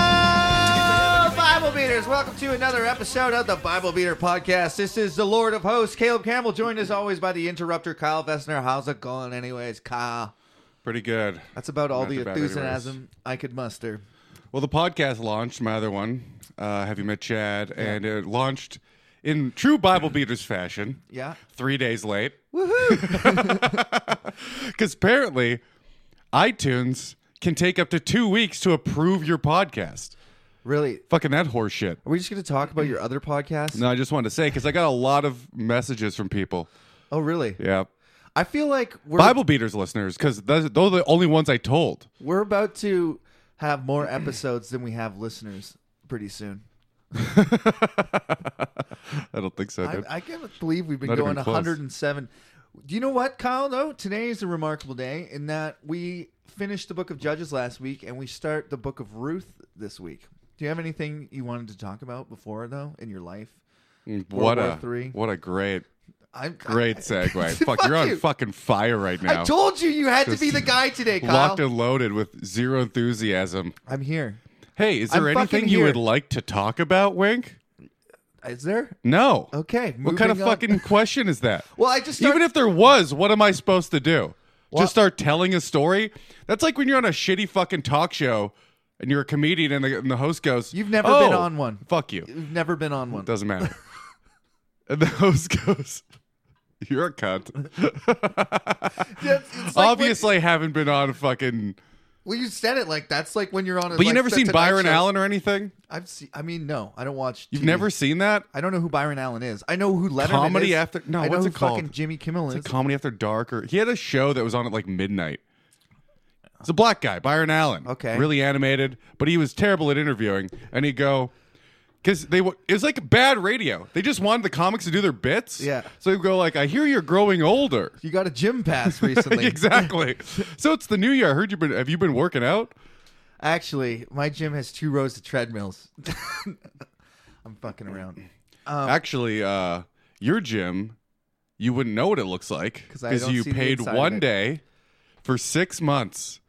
Hello, Bible Beaters. Welcome to another episode of the Bible Beater Podcast. This is the Lord of Hosts, Caleb Campbell, joined as always by the interrupter, Kyle Vessner. How's it going, anyways, Kyle? Pretty good. That's about all That's the about enthusiasm I could muster. Well, the podcast launched, my other one, uh, Have You Met Chad? And it launched in true Bible Beaters fashion, Yeah. three days late. Woohoo! Because apparently, iTunes can take up to two weeks to approve your podcast. really? Fucking that horseshit. Are we just going to talk about your other podcast? No, I just wanted to say, because I got a lot of messages from people. Oh, really? Yeah. I feel like we're Bible Beaters listeners, because those, those are the only ones I told. we're about to have more episodes than we have listeners pretty soon. I don't think so, I, dude. I can't believe we've been Not going even close. 107. Do you know what, Kyle? Though today is a remarkable day in that we finished the book of Judges last week, and we start the book of Ruth this week. Do you have anything you wanted to talk about before though in your life? War what a Three. what a great I'm Great segue. Fuck, you're on you. fucking fire right I, now. told you you had to Just be the guy today, Kyle. Locked and loaded with zero enthusiasm. I'm here. Hey, is there I'm fucking anything you here. would like to talk about, Wink? Is there? No. Okay. What kind of moving on. fucking question is that? Well, I just start- even if there was, what am I supposed to do? Well- Just start telling a story? That's like when you're on a shitty fucking talk show and you're a comedian and the, and the host goes, You've never been "Oh, on one." Fuck you. You've never been on one. Doesn't matter. and the host goes, "You're a cunt." Yes, it's like when- Obviously, haven't been on a fucking. well, you said it like that's like when you're on. A, But you like, never the seen Tonight Byron Show. Hmm. Allen or anything? I've seen. I mean, no, I don't watch. You've TV. never seen that? I don't know who Byron Allen is. I know who Letterman Comedy is. after- no, I know what's who it called? Fucking Jimmy Kimmel is. It's a Comedy After Dark or he had a show that was on at like midnight. It's a black guy, Byron Allen. Okay. Really animated, but he was terrible at interviewing. And he'd go because they wa- it was like bad radio. They just wanted the comics to do their bits. Yeah. So he'd go like, "I hear you're growing older." you got a gym pass recently. exactly. so it's the new year. I heard you've been. Have you been working out? Actually, my gym has two rows of treadmills. I'm fucking around. Um, Actually, uh, your gym, you wouldn't know what it looks like 'Cause I don't you see the paid inside of it. one day for six months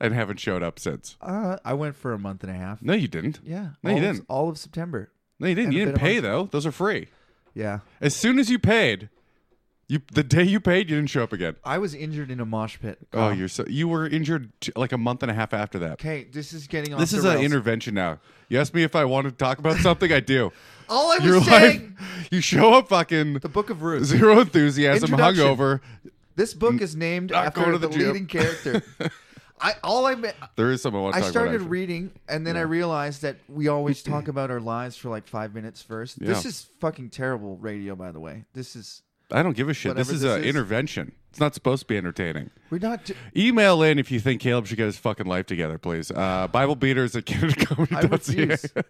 and haven't showed up since. Uh, I went for a month and a half. No, you didn't. Yeah. all No, you of- didn't. all of September. No, you didn't. and a You bit didn't of pay though. Those are free. Yeah. As soon as you paid, you the day you paid, you didn't show up again. I was injured in a mosh pit. Um, Oh, you're so you were injured t- like a month and a half after that. Okay, this is getting off This the is rails. an intervention now. You asked me if I wanted to talk about something. I do. All I was You're like saying, you show up fucking the Book of Ruth. zero enthusiasm, Introduction. hungover. This book is named Not after going the, to the gym. leading character. I all I meant, There is something I want to I talk started about. actually. reading, and then I realized that we always talk about our lives for like five minutes first. This Yeah. is fucking terrible radio, by the way. This is I don't give a shit. This Whatever is this an is. intervention. It's not supposed to be entertaining. we're not. Do- Email in if you think Caleb should get his fucking life together, please. Uh, Bible beaters at I refuse. CanadaComedy.ca.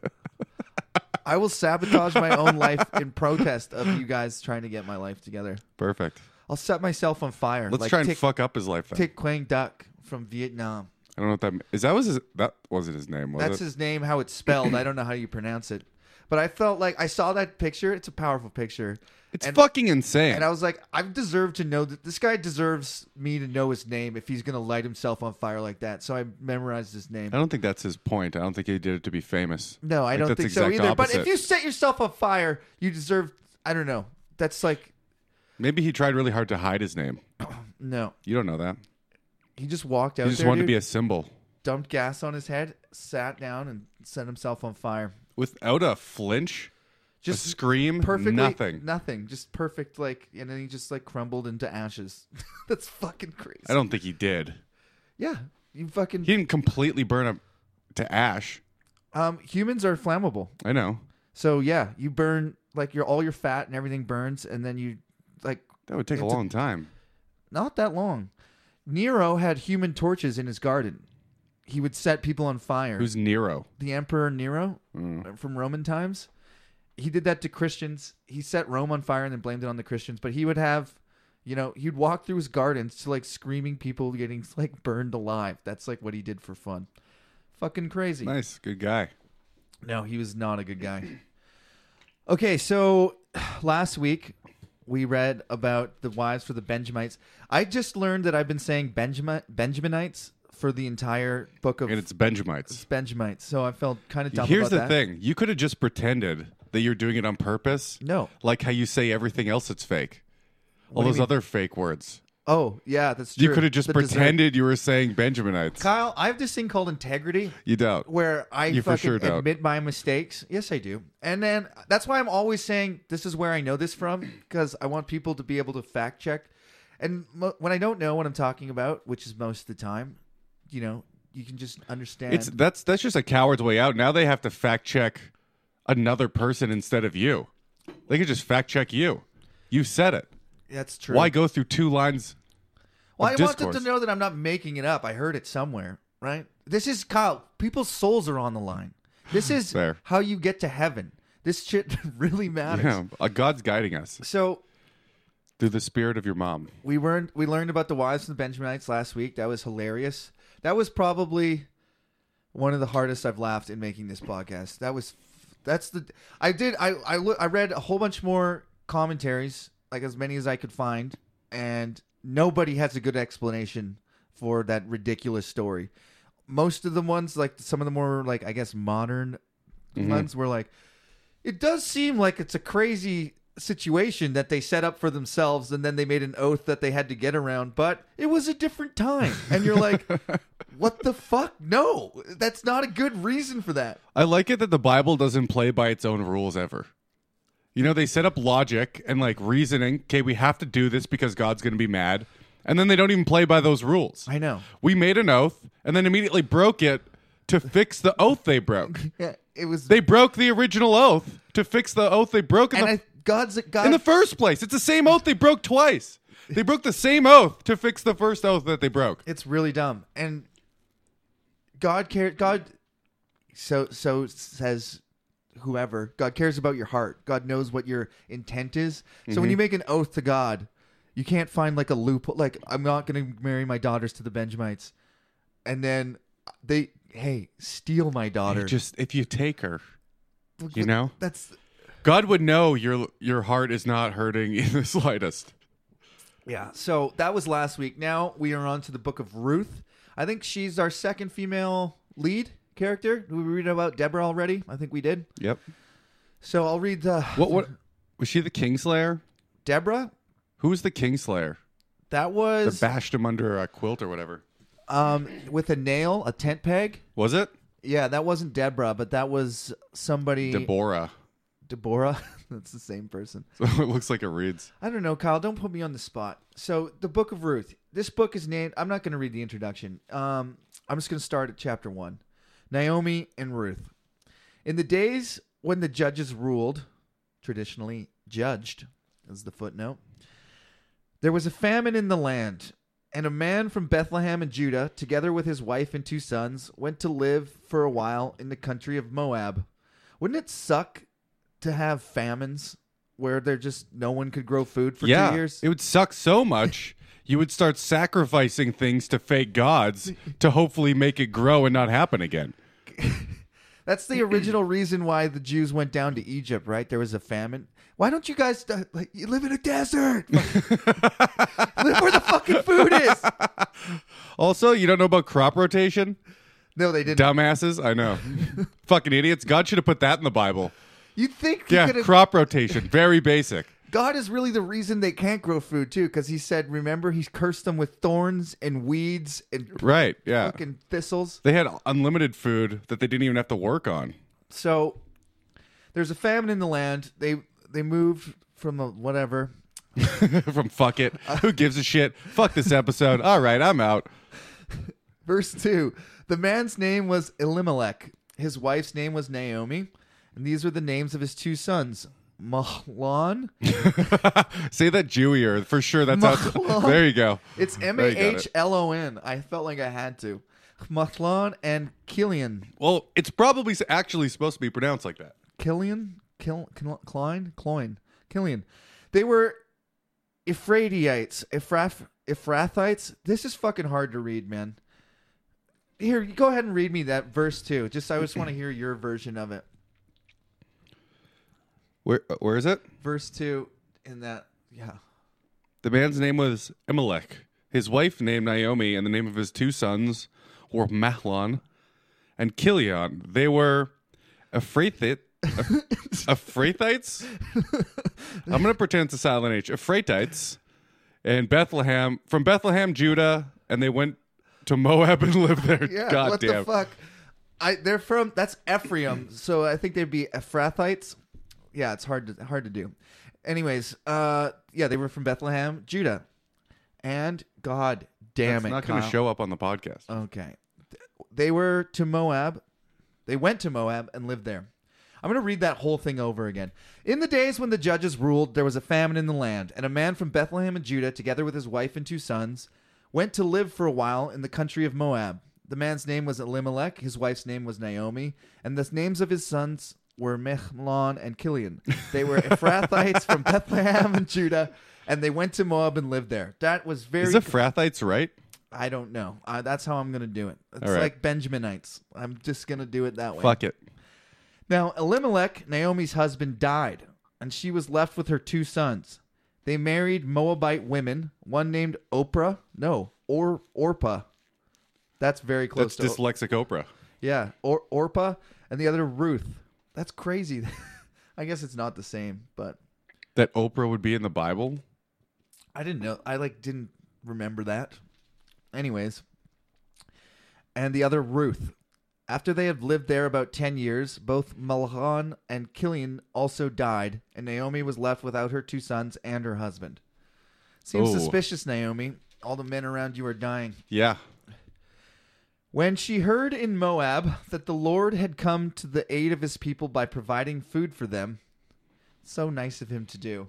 I will sabotage my own life in protest of you guys trying to get my life together. Perfect. I'll set myself on fire. Let's like try and Tick, fuck up his life. Then. Tick Quang Duck from Vietnam. I don't know what that is. That was his, that wasn't his name, was That's it? his name. How it's spelled, I don't know how you pronounce it. But I felt like I saw that picture. It's a powerful picture. it's and- fucking insane. And I was like, I deserve to know that this guy deserves me to know his name if he's gonna light himself on fire like that. So I memorized his name. I don't think that's his point. I don't think he did it to be famous. No, I Like, don't that's think the so exact either. But if opposite. you set yourself on fire, you deserve. I don't know. That's like maybe he tried really hard to hide his name. no. You don't know that. He just walked out He just there, wanted to dude, be a symbol dumped gas on his head, sat down, and set himself on fire. without a flinch, just Just scream, Perfectly nothing. nothing, just perfect. Like, and then he just like crumbled into ashes. That's fucking crazy. I don't think he did. yeah, you fucking. He didn't completely burn up to ash. um, humans are flammable. I know. So yeah, you burn like your all your fat and everything burns, and then you like That would take It's a a- long time. not that long. Nero had human torches in his garden. He would set people on fire. Who's Nero? the Emperor Nero uh, from Roman times? He did that to Christians. He set Rome on fire and then blamed it on the Christians. But he would have, you know, he'd walk through his gardens to like screaming people getting like burned alive. That's like what he did for fun. Fucking crazy. Nice, good guy. No, he was not a good guy. Okay, so last week we read about the wives for the Benjamites. I just learned that I've been saying Benjamin Benjaminites for the entire book of and it's Benjamites. Benjamites. So I felt kind of dumb. Here's about the that. thing: you could have just pretended that you're doing it on purpose. No. like how you say everything else that's fake. All do you those mean? other fake words. Oh yeah, that's true. You could have just The dessert. pretended you were saying Benjaminites. Kyle, I have this thing called integrity. you don't. where I You for fucking sure don't. admit my mistakes. Yes, I do. And then that's why I'm always saying this is where I know this from because I want people to be able to fact check. And mo- when I don't know what I'm talking about, which is most of the time, you know, you can just understand. It's that's that's just a coward's way out. Now they have to fact check another person instead of you. They could just fact check you. You said it. that's true. Why go through two lines? Well, I of want them discourse? to know that I'm not making it up. I heard it somewhere, right? This is Kyle. People's souls are on the line. This is Fair. how you get to heaven. This shit really matters. Yeah, uh, God's guiding us So through the spirit of your mom. We learned we learned about the wives and the Benjaminites last week. That was hilarious. That was probably one of the hardest I've laughed in making this podcast. That was that's the I did I I loo- I read a whole bunch more commentaries, like as many as I could find, and nobody has a good explanation for that ridiculous story. Most of the ones like some of the more like I guess modern ones were like it does seem like it's a crazy situation that they set up for themselves and then they made an oath that they had to get around, but it was a different time. And you're like, what the fuck? No, that's not a good reason for that. I like it that the Bible doesn't play by its own rules ever. You know, they set up logic and like reasoning. Okay, we have to do this because God's going to be mad. And then they don't even play by those rules. I know. We made an oath and then immediately broke it to fix the oath they broke. Yeah, it was. They broke the original oath to fix the oath they broke in, and the, I, God's God. in the first place. It's the same oath they broke twice. They broke the same oath to fix the first oath that they broke. it's really dumb. And God cares. God so so says whoever God cares about your heart. God knows what your intent is. So Mm-hmm. when you make an oath to God, you can't find like a loophole. Like I'm not going to marry my daughters to the Benjamites, and then they hey steal my daughter. Just if you take her, Look, you know? that's God would know your your heart is not hurting in the slightest. yeah. So that was last week. Now we are on to the book of Ruth. I think she's our second female lead character. Did we read about Deborah already? I think we did. Yep. So I'll read the What what was she the Kingslayer? Deborah. Who was the Kingslayer? That That was bashed him under a quilt or whatever. um, with a nail, a tent peg. Was it? Yeah, that wasn't Deborah, but that was somebody. Deborah. Deborah. That's the same person. it looks like it reads. I don't know, Kyle. Don't put me on the spot. So the Book of Ruth. This book is named. I'm not going to read the introduction. Um, I'm just going to start at chapter one. Naomi and Ruth. In the days when the judges ruled, traditionally judged, is the footnote. There was a famine in the land, and a man from Bethlehem in Judah, together with his wife and two sons, went to live for a while in the country of Moab. Wouldn't it suck to have famines where there just no one could grow food for yeah, two years? it would suck so much. You would start sacrificing things to fake gods to hopefully make it grow and not happen again. That's the original reason why the Jews went down to Egypt, right? There was a famine. Why don't you guys uh, like, you live in a desert? live where the fucking food is. Also, you don't know about crop rotation? No, they didn't. Dumbasses, I know. Fucking idiots. God should have put that in the Bible. You'd think he Yeah, could've- crop rotation, very basic. God is really the reason they can't grow food too, because He said, "Remember, He cursed them with thorns and weeds and Right, yeah. fucking thistles." They had unlimited food that they didn't even have to work on. So there's a famine in the land. They they moved from the whatever From fuck it. Who gives a shit? Fuck this episode. All right, I'm out. Verse 2 The man's name was Elimelech. His wife's name was Naomi. And these were the names of his two sons Mahlon. Say that Jewier. For sure, that's how. Mahlon. There you go. It's M A There you got it. H L O N. I felt like I had to. Mahlon and Kilian. Well, it's probably s- actually supposed to be pronounced like that. Kilian? Kil- Kil- Klein? Cloyne. Kilian. They were Ephraidites. Ephrath- Ephrathites. This is fucking hard to read, man. Here, you go ahead and read me that verse too. Just I just want to hear your version of it. Where where is it? verse 2 in that yeah The man's name was Imelech. His wife named Naomi, and the name of his two sons or Mahlon and Kilion. They were Ephrathite. Ephratites? I'm going to pretend it's a silent H. Ephratites and Bethlehem, from Bethlehem, Judah, and they went to Moab and lived there. Yeah, God what damn. the fuck? I they're from that's Ephraim, so I think they'd be Ephrathites. Yeah, it's hard to hard to do. Anyways, uh, yeah, they were from Bethlehem, Judah, and God damn It's it, not going to Kyle. Oh, show up on the podcast. Okay, they were to Moab. They went to Moab and lived there. I'm going to read that whole thing over again. In the days when the judges ruled, there was a famine in the land, and a man from Bethlehem and Judah, together with his wife and two sons, went to live for a while in the country of Moab. The man's name was Elimelech, his wife's name was Naomi, and the names of his sons were Mehlon and Kilian. They were Ephrathites from Bethlehem and Judah, and they went to Moab and lived there. That was very Is Ephratites right? I don't know. Uh, that's how I'm going to do it. It's All right. like Benjaminites. I'm just going to do it that way. Fuck it. Now, Elimelech, Naomi's husband, died, and she was left with her two sons. They married Moabite women, one named Oprah. No, or Orpah. That's very close That's to dyslexic Oprah. yeah, or Orpah, and the other Ruth. That's crazy. I guess it's not the same, but That Oprah would be in the Bible? I didn't know. I like didn't remember that. Anyways, and the other Ruth. After they had lived there about ten years, both Malhan and Kilian also died, and Naomi was left without her two sons and her husband. Seems Oh. suspicious, Naomi. All the men around you are dying. Yeah. When she heard in Moab that the Lord had come to the aid of his people by providing food for them, so nice of him to do.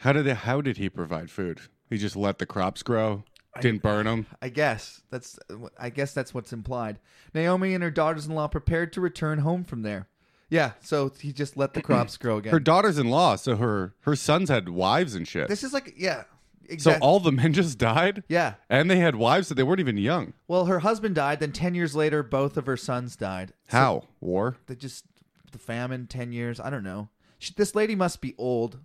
How did they, how did he provide food? He just let the crops grow, didn't burn them. I guess that's I guess that's what's implied. Naomi and her daughters-in-law prepared to return home from there. Yeah, so he just let the crops grow again. Her daughters-in-law, so her her sons had wives and shit. this is like yeah, so exactly. all the men just died? yeah. And they had wives that they weren't even young. Well, her husband died. Then ten years later, both of her sons died. So How? War? they just the famine. Ten years. I don't know. She, this lady must be old,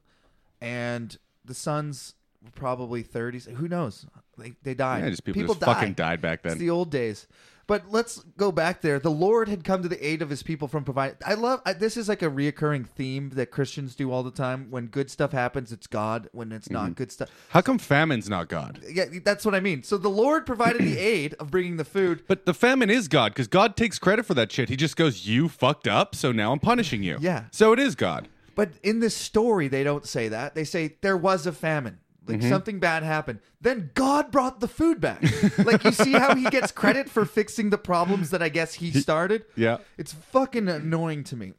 and the sons were probably thirties. Who knows? They they died. Yeah, just people, just die. fucking died back It's then. the old days. But let's go back there. The Lord had come to the aid of his people from providing. I love I, this is like a reoccurring theme that Christians do all the time. When good stuff happens, it's God. When it's Mm-hmm. not good stuff, How come famine's not God? yeah, that's what I mean. So the Lord provided the aid of bringing the food. But the famine is God because God takes credit for that shit. He just goes, You fucked up, so now I'm punishing you. Yeah. So it is God. But in this story, they don't say that. They say there was a famine. Like Mm-hmm. something bad happened. Then God brought the food back. like you see how he gets credit for fixing the problems that I guess he started. Yeah. It's fucking annoying to me.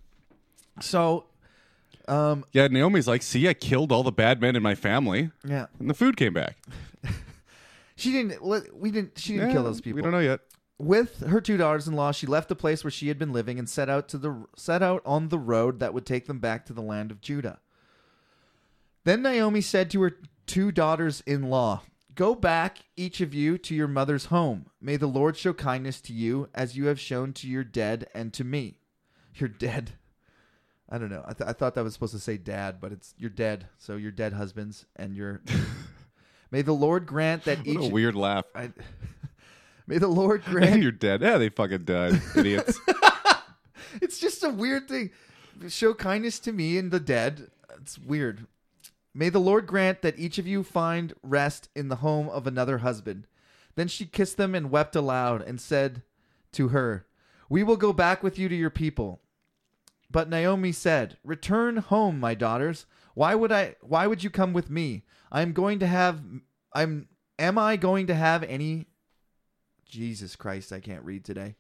So Yeah, Naomi's like, See, I killed all the bad men in my family. yeah. And the food came back. She didn't. let- We didn't. She didn't Yeah, kill those people. We don't know yet. With her two daughters-in-law, she left the place where she had been living and set out to the set out on the road that would take them back to the land of Judah. Then Naomi said to her two daughters-in-law, "Go back, each of you, to your mother's home. May the Lord show kindness to you as you have shown to your dead and to me. Your dead. I don't know. I, th- I thought that was supposed to say dad, but it's your dead. So your dead husbands and your. May the Lord grant that What a each. weird laugh. I, may the Lord And grant. you're dead. Yeah, they fucking died, idiots. it's just a weird thing. Show kindness to me and the dead. It's weird. May the Lord grant that each of you find rest in the home of another husband. Then she kissed them and wept aloud and said to her, We will go back with you to your people. But Naomi said, "Return home, my daughters. Why would I why would you come with me? I am going to have I'm am I going to have any Jesus Christ, I can't read today.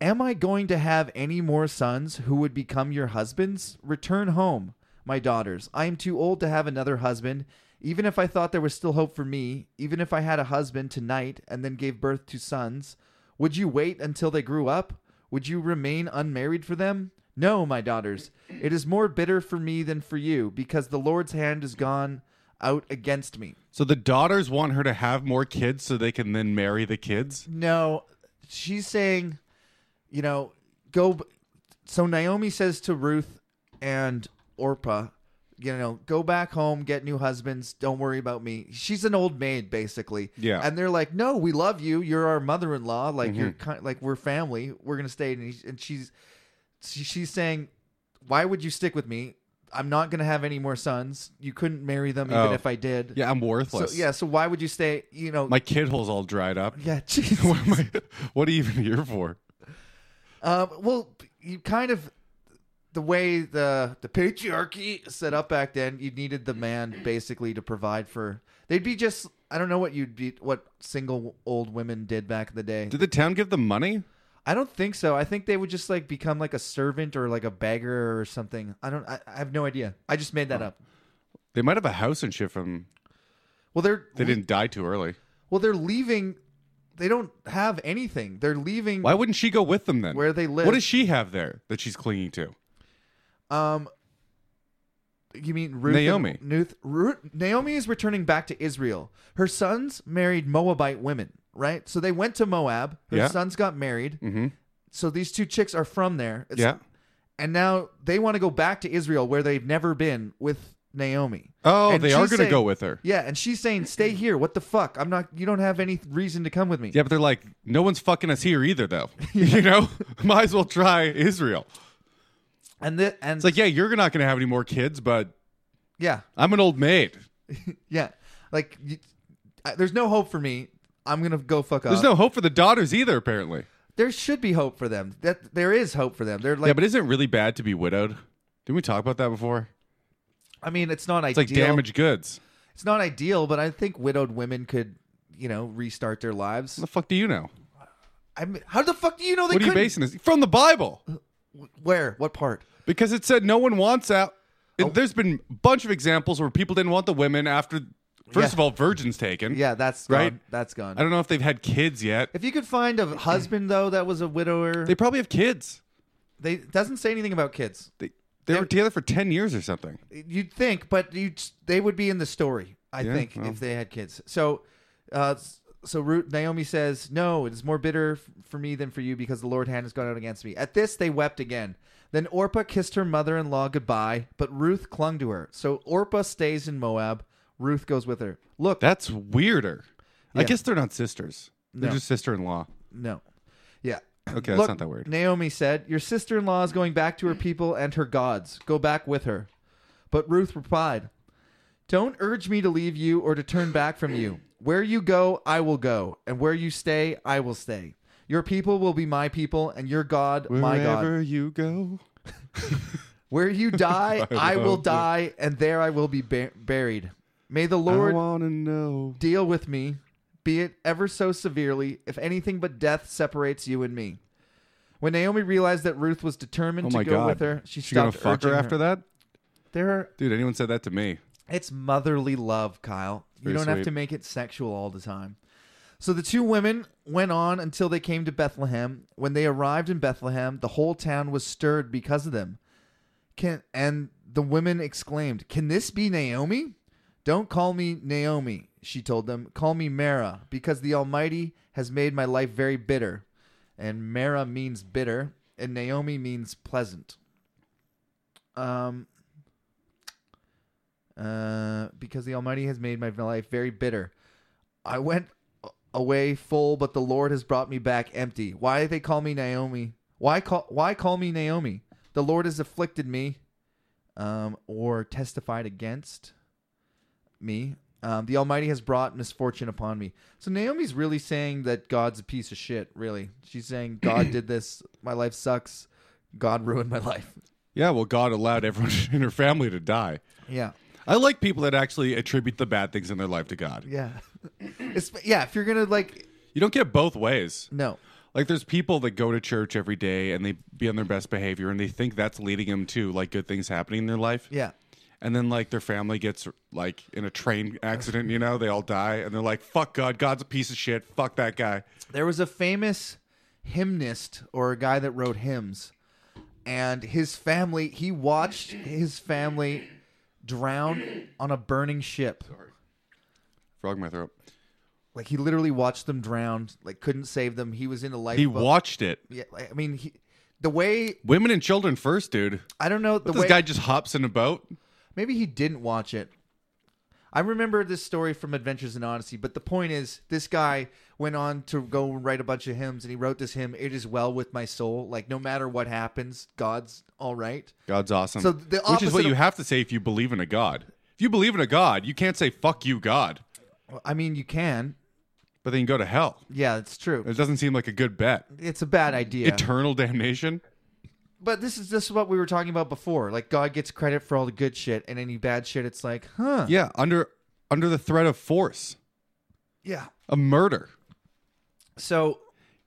Am I going to have any more sons who would become your husbands? Return home, my daughters. I am too old to have another husband. Even if I thought there was still hope for me, even if I had a husband tonight and then gave birth to sons, would you wait until they grew up? Would you remain unmarried for them? No, my daughters. It is more bitter for me than for you, because the Lord's hand is gone out against me. so the daughters want her to have more kids so they can then marry the kids? No, she's saying, you know, go. b- So Naomi says to Ruth and Orpah, you know, go back home, get new husbands. Don't worry about me. She's an old maid, basically. Yeah. Mm-hmm. And they're like, no, we love you. You're our mother-in-law. Like you're kind, like we're family. We're gonna stay. And, he, and she's she- she's saying, why would you stick with me? I'm not gonna have any more sons. You couldn't marry them even Oh. if I did. Yeah, I'm So worthless. yeah. So why would you stay? You know. My kid hole's all dried up. yeah. Jesus. what, am I, what are you even here for? Um, well, you kind of the way the the patriarchy set up back then, you needed the man basically to provide for. They'd be just I don't know what you'd be what single old women did back in the day. Did the town give them money? I don't think so. I think they would just like become like a servant or like a beggar or something. I don't. I, I have no idea. I just made that up. They might have a house and shit from. Well, they're They didn't die too early. well they're leaving. They don't have anything. They're leaving. Why wouldn't she go with them then? Where they live. What does she have there that she's clinging to? Um, you mean Ruth Naomi. and- Ruth, Ruth, Naomi is returning back to Israel. Her sons married Moabite women, right? So they went to Moab. Her Yeah. sons got married. Mm-hmm. So these two chicks are from there. It's- Yeah. And now they want to go back to Israel where they've never been with Naomi. Oh, And they are she's going to saying- go with her. Yeah, and she's saying, "Stay here. What the fuck? I'm not. You don't have any reason to come with me." Yeah, but they're like, no one's fucking us here either, though. You know, might as well try Israel. And the and It's like, yeah, you're not going to have any more kids, but yeah, I'm an old maid. yeah, like you, I, there's no hope for me. I'm gonna go fuck There's up. no hope for the daughters either, apparently. there should be hope for them. That there is hope for them. They're like, yeah, but isn't it really bad to be widowed? Didn't we talk about that before? I mean, it's not It's ideal. like damaged goods. It's not ideal, but I think widowed women could, you know, restart their lives. What the fuck do you know? I mean, how the fuck do you know they What are you couldn't? basing this from the Bible? Where? What part? Because it said no one wants out. Oh. It- There's been a bunch of examples where people didn't want the women after, first Yeah. of all, virgins taken. Yeah, that's Right? Gone. That's gone. I don't know if they've had kids yet. If you could find a husband though that was a widower, They they, probably have kids. it doesn't say anything about kids. They they were together for ten years or something. You'd think, but you they would be in the story. I Yeah, think well. if they had kids. So, uh, so Ruth, Naomi says, "No, it is more bitter f- for me than for you, because the Lord hand has gone out against me." At this, they wept again. Then Orpah kissed her mother-in-law goodbye, but Ruth clung to her. So Orpah stays in Moab. Ruth goes with her. Look, That's weirder. I Yeah. guess they're not sisters. They're No. just sister-in-law. no, yeah. Okay, that's Look, not that weird. Naomi said, Your sister in law is going back to her people and her gods. Go back with her. But Ruth replied, Don't urge me to leave you or to turn back from you. Where you go, I will go, and where you stay, I will stay. Your people will be my people, and your God, my God. Wherever you go, Where you die, I I will love you. die, and there I will be bur- buried. May the I Lord want to know. deal with me, be it ever so severely, if anything but death separates you and me. When Naomi realized that Ruth was determined Oh to my go god, with her, she you gonna stopped fuck urging her after that, There, are, dude. Anyone said that to me? it's motherly love, Kyle. You Very don't have sweet. to make it sexual all the time. So the two women went on until they came to Bethlehem. When they arrived in Bethlehem, the whole town was stirred because of them. Can and the women exclaimed, "Can this be Naomi? Don't call me Naomi," she told them. "Call me Mara, because the Almighty has made my life very bitter." And Mara means bitter, and Naomi means pleasant. Um uh, because the Almighty has made my life very bitter. I went away full, but the Lord has brought me back empty. Why they call me Naomi? Why call Why call me Naomi? The Lord has afflicted me, um, or testified against me. Um, the Almighty has brought misfortune upon me. So Naomi's really saying that God's a piece of shit. Really, she's saying God did this. My life sucks. God ruined my life. Yeah, well, God allowed everyone in her family to die. Yeah. I like people that actually attribute the bad things in their life to God. Yeah. it's, yeah, if you're going to like You don't get both ways. no. Like, there's people that go to church every day and they be on their best behavior and they think that's leading them to like good things happening in their life. Yeah. and then like their family gets like in a train accident you know they all die and they're like fuck god god's a piece of shit fuck that guy There was a famous hymnist or a guy that wrote hymns and his family he watched his family drown on a burning ship. frog in my throat Like he literally watched them drown, like couldn't save them. He was in a lifeboat. he watched it yeah, like, I mean he the way women and children first dude I don't know the this way guy just hops in a boat Maybe he didn't watch it. I remember this story from Adventures in Odyssey, but the point is, this guy went on to go write a bunch of hymns, and he wrote this hymn, "It is well with my soul." Like no matter what happens, God's all right. God's awesome. So the Which is opposite what of- you have to say if you believe in a God. If you believe in a God, you can't say fuck you, God. I mean, you can. But then you go to hell. Yeah, it's true. It doesn't seem like a good bet. It's a bad idea. Eternal damnation. but this is this is what we were talking about before. Like God gets credit for all the good shit, and any bad shit, it's like, huh? Yeah, under under the threat of force, yeah. a murder. So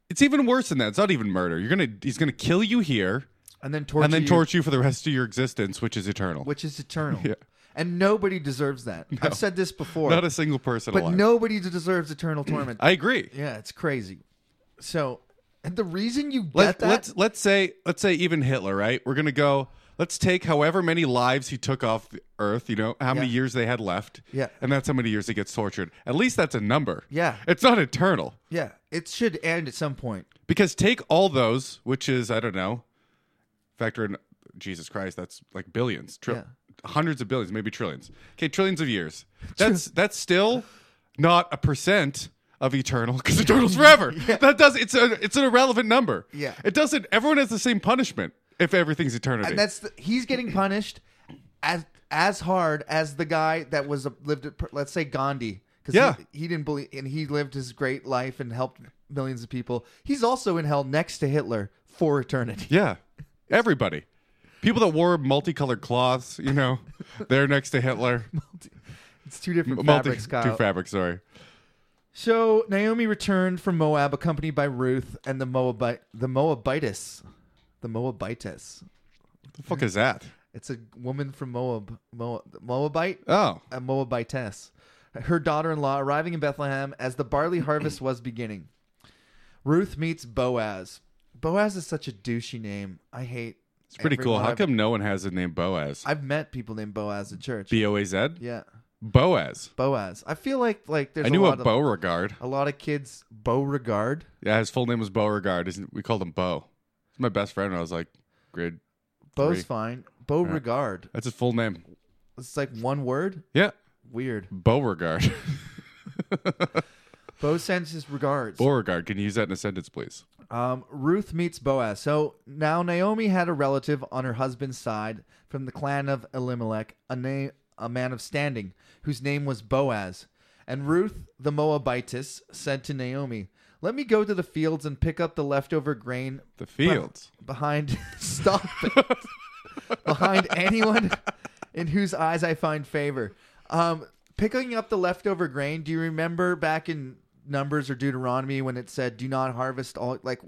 It's even worse than that. It's not even murder. You're gonna he's gonna kill you here and then torture, and then you, torture you for the rest of your existence, which is eternal. which is eternal. Yeah. And nobody deserves that. I've said this before, not a single person but alive. nobody deserves eternal torment. I agree. yeah, it's crazy. So, and the reason you get Let, that, let's let's say let's say even Hitler, right? We're gonna go. Let's take however many lives he took off the Earth. You know how many Yeah. years they had left. Yeah. and that's how many years he gets tortured. At least that's a number. Yeah. it's not eternal yeah, it should end at some point. because take all those, which is I don't know, factor in Jesus Christ. That's like billions, tri- Yeah. hundreds of billions, maybe trillions. Okay, trillions of years. That's that's still not a percent of eternal because eternal's forever. That does it's a it's an irrelevant number. Yeah. it doesn't. Everyone has the same punishment if everything's eternity. And that's the, he's getting punished as as hard as the guy that was a, lived at, let's say Gandhi because Yeah. he, he didn't believe and he lived his great life and helped millions of people. He's also in hell next to Hitler for eternity. yeah, everybody. People that wore multicolored cloths, you know, they're next to Hitler. It's two different Multi fabrics, Kyle. two fabrics, sorry. so Naomi returned from Moab accompanied by Ruth and the Moabite the Moabitess, the Moabitess. The fuck is that? It's a woman from Moab, Moab Moabite. Oh, a Moabitess, her daughter in law, arriving in Bethlehem as the barley harvest was beginning. Ruth meets Boaz. Boaz is such a douchey name. I hate. it's pretty cool. everyone How I've- come no one has the name Boaz? I've met people named Boaz in church? B O A Z? yeah, Boaz. Boaz. I feel like like there's I knew a a, lot of Beauregard. a lot of kids Beauregard. Yeah, his full name was Beauregard. Isn't we called him Bo? It's my best friend. When I was like, "Grid, Bo's Three. fine. Beauregard. that's his full name." It's like one word. Yeah, Weird. Beauregard. Bo sends his regards. Beauregard. Can you use that in a sentence, please? Um, Ruth meets Boaz. So now Naomi had a relative on her husband's side from the clan of Elimelech, a name, a man of standing, whose name was Boaz. And Ruth, the Moabitess, said to Naomi, "Let me go to the fields and pick up the leftover grain The fields. behind stop it. behind anyone in whose eyes I find favor. Um, picking up the leftover grain. Do you remember back in Numbers or Deuteronomy when it said, "Do not harvest all like,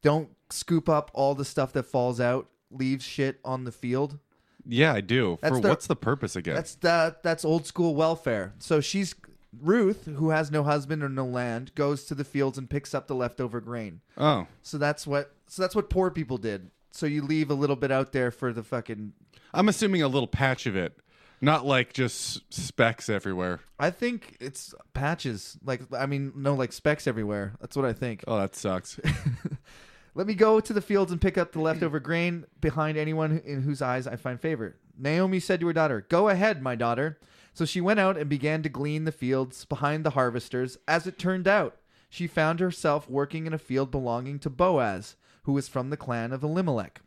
don't scoop up all the stuff that falls out, leave shit on the field." Yeah, I do. That's For the- what's the purpose again? That's the that's old school welfare. So she's Ruth, who has no husband or no land, goes to the fields and picks up the leftover grain. oh, So that's what so that's what poor people did. So you leave a little bit out there for the fucking I'm assuming a little patch of it, not like just specks everywhere. I think it's patches. Like I mean no like specks everywhere. That's what I think. Oh, that sucks. Let me go to the fields and pick up the leftover grain behind anyone in whose eyes I find favor. Naomi said to her daughter, "Go ahead, my daughter." So she went out and began to glean the fields behind the harvesters. As it turned out, she found herself working in a field belonging to Boaz, who was from the clan of Elimelech.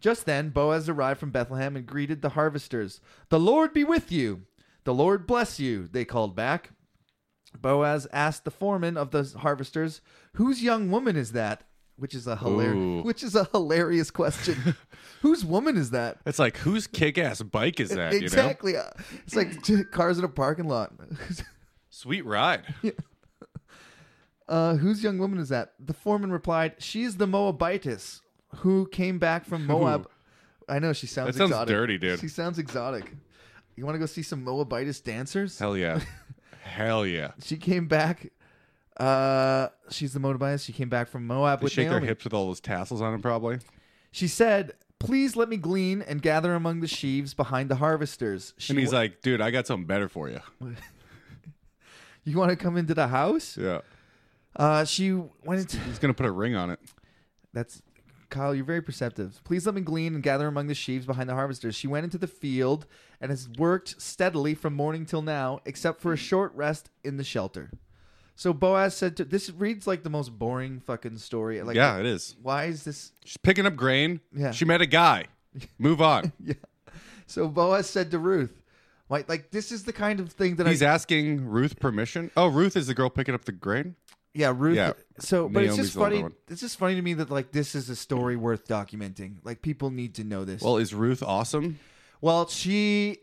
Just then, Boaz arrived from Bethlehem and greeted the harvesters. The Lord be with you. The Lord bless you, they called back. Boaz asked the foreman of the harvesters, "Whose young woman is that?" Which is a Ooh. hilarious, which is a hilarious question. Whose woman is that? it's like whose kick-ass bike is that? You know, exactly. Uh, It's like cars in a parking lot. sweet ride. uh, whose young woman is that? The foreman replied, "She's the Moabitess who came back from Moab." I know she sounds. That sounds exotic. dirty, dude. She sounds exotic. You want to go see some Moabitess dancers? Hell yeah. Hell yeah. She came back. Uh, she's the Moabitess. She came back from Moab They with shake Naomi. their hips with all those tassels on them, probably. She said, "Please let me glean and gather among the sheaves behind the harvesters." She And he's wa- like, dude, I got something better for you. "You want to come into the house?" Yeah. Uh, she went. Into, He's going to put a ring on it. that's Kyle, you're very perceptive. Please let me glean and gather among the sheaves behind the harvesters. She went into the field and has worked steadily from morning till now, except for a short rest in the shelter. So Boaz said to this reads like the most boring fucking story. Like yeah, it is. why is this She's picking up grain. Yeah. She met a guy. Move on. yeah. So Boaz said to Ruth, like, like this is the kind of thing that He's I asking Ruth permission. Oh, Ruth is the girl picking up the grain. Yeah, Ruth. Yeah. So, but it's Naomi's just the older funny. one. It's just funny to me that like this is a story worth documenting. Like people need to know this. Well, Well, is Ruth awesome? she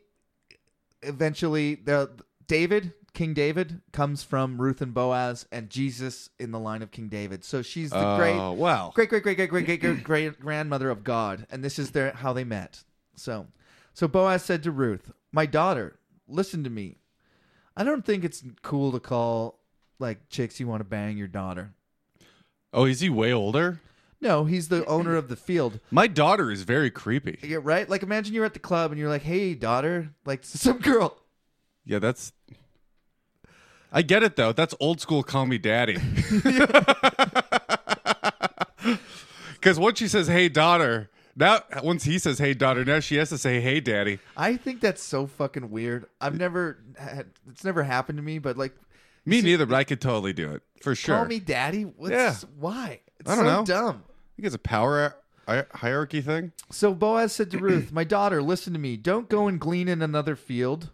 eventually the David King David comes from Ruth and Boaz and Jesus in the line of King David. So she's the Oh, great wow. great great great great great great great great grandmother of God, and this is their how they met. So, so Boaz said to Ruth, "My daughter, listen to me. I don't think it's cool to call like chicks you want to bang your daughter." Oh, is he way older? No, he's the owner of the field. My daughter is very creepy. Yeah, right? Like imagine you're at the club and you're like, "Hey, daughter," like some girl. Yeah, that's. I get it though. That's old school. Call me daddy. Because once she says, "Hey, daughter," now once he says, "Hey, daughter," now she has to say, "Hey, daddy." I think that's so fucking weird. I've never had it's never happened to me, but like Me neither, but I could totally do it for sure. call me daddy. What's Yeah. why? It's I don't so know. dumb. I think it's a power hi- hierarchy thing. So Boaz said to Ruth, "My daughter, listen to me. Don't go and glean in another field,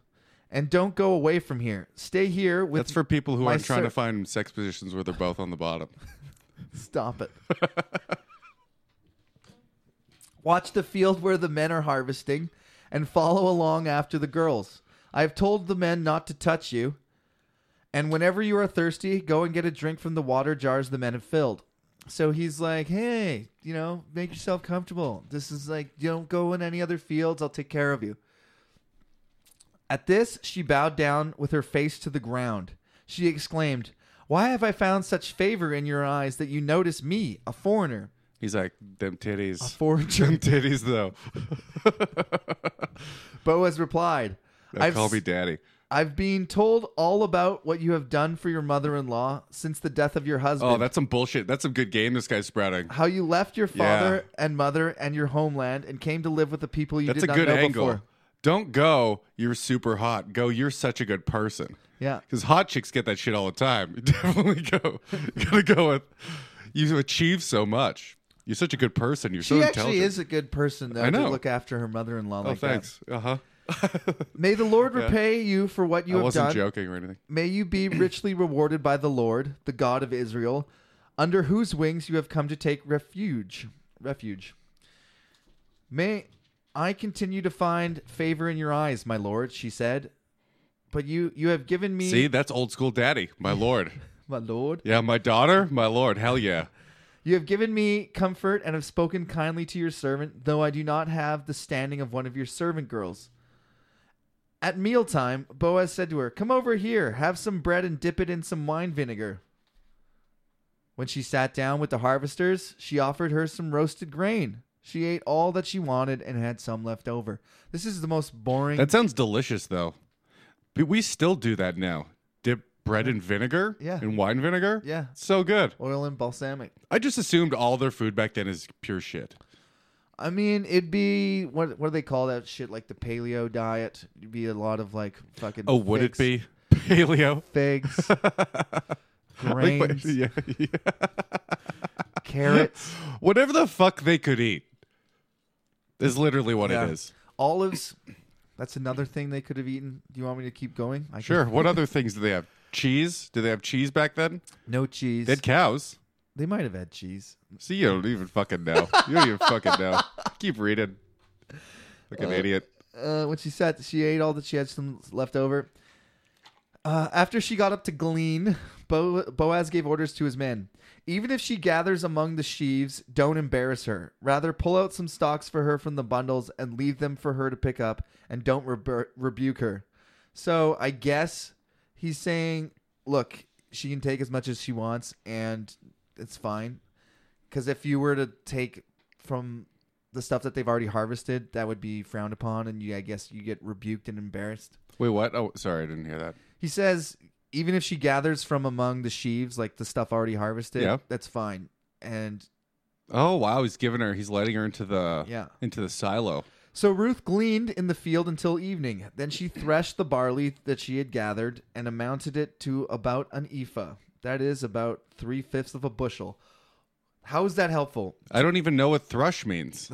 and don't go away from here. Stay here with That's for people who my are trying ser- to find sex positions where they're both on the bottom. Stop it. Watch the field where the men are harvesting and follow along after the girls. I have told the men not to touch you. And whenever you are thirsty, go and get a drink from the water jars the men have filled. So he's like, hey, you know, make yourself comfortable. This is like, you don't go in any other fields. I'll take care of you. At this, she bowed down with her face to the ground. She exclaimed, Why have I found such favor in your eyes that you notice me, a foreigner? He's like, "Them A titties, foreigner. them titties though." Boaz replied, Now I've, call me daddy. I've been told all about what you have done for your mother in law since the death of your husband. Oh, that's some bullshit. That's some good game this guy's sprouting. how you left your Yeah. father and mother and your homeland and came to live with the people you That's a did not good know angle. before. Don't go, you're super hot. Go, you're such a good person. Yeah. Because hot chicks get that shit all the time. You definitely go. You gotta go with, you've achieved so much. You're such a good person. You're so She intelligent. actually is a good person, though, I to know. look after her mother in law Oh, like thanks. Uh huh. that. May the Lord repay you for what you I have wasn't done. joking or anything. May you be richly rewarded by the Lord, the God of Israel, under whose wings you have come to take refuge. Refuge. May I continue to find favor in your eyes, my Lord, she said. But you you have given me See, that's old school daddy, my lord. my Lord. Yeah, my daughter, my lord. Hell yeah. You have given me comfort and have spoken kindly to your servant, though I do not have the standing of one of your servant girls. At mealtime, Boaz said to her, Come over here, have some bread and dip it in some wine vinegar. When she sat down with the harvesters, she offered her some roasted grain. She ate all that she wanted and had some left over. This is the most boring. That sounds delicious, though. But we still do that now. Dip bread in vinegar? Yeah. In wine vinegar? Yeah. So good. oil and balsamic. I just assumed all their food back then is pure shit. I mean, it'd be what what do they call that shit? Like the paleo diet. It'd be a lot of like fucking. Oh, would figs. it be paleo? figs, Like, but- grains, yeah, yeah. carrots, Whatever the fuck they could eat is literally what Yeah. it is. olives. That's another thing they could have eaten. Do you want me to keep going? I can- Sure. What other things do they have? Cheese? Do they have cheese back then? No cheese. Dead cows. They might have had cheese. See, you don't even fucking know. You don't even fucking know. Keep reading. Like an idiot. Uh, when she sat, she ate all that she had some left over. Uh, after she got up to glean, Bo- Boaz gave orders to his men. Even if she gathers among the sheaves, don't embarrass her. Rather, pull out some stalks for her from the bundles and leave them for her to pick up, and don't rebu- rebuke her. So I guess he's saying, look, she can take as much as she wants, and it's fine. Because if you were to take from the stuff that they've already harvested, that would be frowned upon, and you, I guess you get rebuked and embarrassed. Wait, what? Oh, sorry, I didn't hear that. He says even if she gathers from among the sheaves, like the stuff already harvested, Yeah. that's fine. And Oh wow, he's giving her. He's letting her into the Yeah. into the silo. So Ruth gleaned in the field until evening. Then she threshed the barley that she had gathered and amounted it to about an ephah. That is about three fifths of a bushel. How is that helpful? I don't even know what thrush means.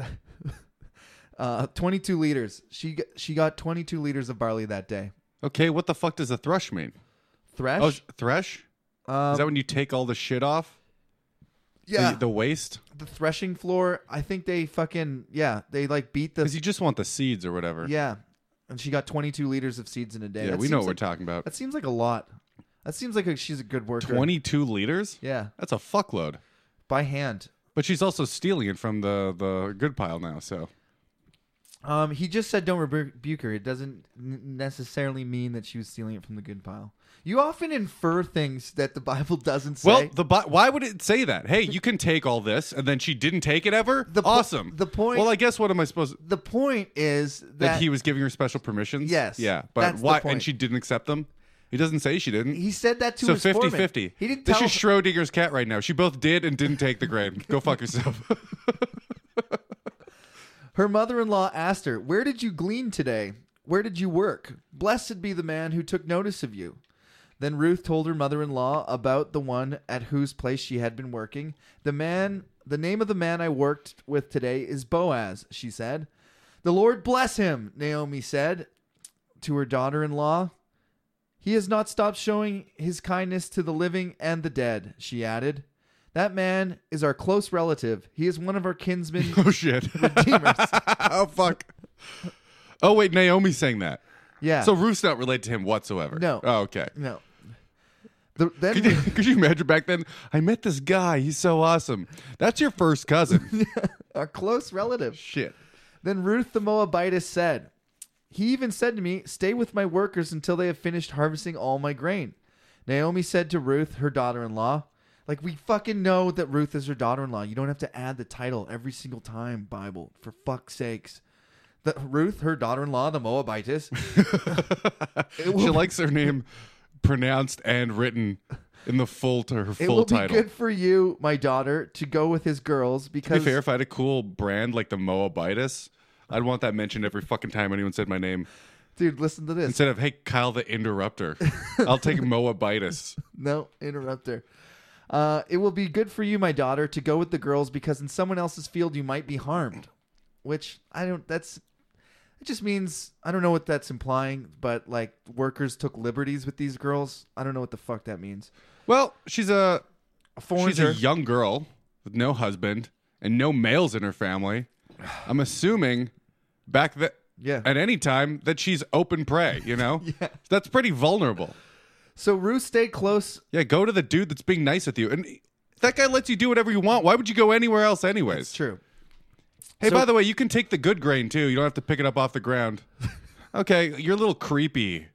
Uh, 22 liters. She g- she got 22 liters of barley that day. Okay, what the fuck does a thrush mean? Thresh? Oh, thresh? Um, Is that when you take all the shit off? yeah. The, the waste? the threshing floor. I think they fucking yeah. They like beat the Because you just want the seeds or whatever. yeah. And she got 22 liters of seeds in a day. Yeah, That we know seems what we're like- talking about. That seems like a lot. That seems like a, she's a good worker. 22 liters? Yeah, That's a fuckload. by hand. But she's also stealing it from the, the good pile now, so. Um, he just said don't rebu- rebuke her. It doesn't n- necessarily mean that she was stealing it from the good pile. You often infer things that the Bible doesn't say. Well, the bi- why would it say that? Hey, you can take all this, and then she didn't take it ever? The po- awesome. the point- Well, I guess what am I supposed to. the point is that, That, he was giving her special permissions? Yes, Yeah, but that's the why? point. And she didn't accept them? He doesn't say she didn't. he said that to so his foreman. 50 50. He didn't This tell. is Schrodinger's cat right now. She both did and didn't take the grain. Go fuck yourself. her mother-in-law asked her, "Where did you glean today? Where did you work? Blessed be the man who took notice of you." Then Ruth told her mother-in-law about the one at whose place she had been working. The man, the name of the man I worked with today is Boaz, she said. The Lord bless him, Naomi said to her daughter in law. He has not stopped showing his kindness to the living and the dead, she added. That man is our close relative. He is one of our kinsmen oh, shit. redeemers. oh, fuck. Oh, wait. Naomi sang that. Yeah. So Ruth's not related to him whatsoever. No. Oh, okay. no. The, then Could you, could you imagine back then? I met this guy. He's so awesome. That's your first cousin. our close relative. Shit. Then Ruth the Moabitess said, He even said to me, Stay with my workers until they have finished harvesting all my grain. Naomi said to Ruth, her daughter in law, Like, we fucking know that Ruth is her daughter in law. You don't have to add the title every single time, Bible, for fuck's sakes. The, Ruth, her daughter in law, the Moabitess. She likes her name pronounced and written in the full to her It full will title. be good for you, my daughter, to go with his girls To because be fair, if I had a cool brand like the Moabitis, I'd want that mentioned every fucking time anyone said my name. dude, listen to this. Instead of, hey, Kyle the Interrupter, I'll take Moabitis. No, interrupter. Uh, it will be good for you, my daughter, to go with the girls because in someone else's field you might be harmed. Which I don't. That's it. Just means I don't know what that's implying, but like workers took liberties with these girls. I don't know what the fuck that means. Well, she's a A foreigner. she's a young girl with no husband and no males in her family. I'm assuming back that Yeah. at any time that she's open prey. You know, yeah. that's pretty vulnerable. so Ruth stayed close. Yeah, go to the dude that's being nice with you, and if that guy lets you do whatever you want. Why would you go anywhere else, anyways? It's true. Hey, So- by the way, you can take the good grain too. You don't have to pick it up off the ground. Okay, you're a little creepy,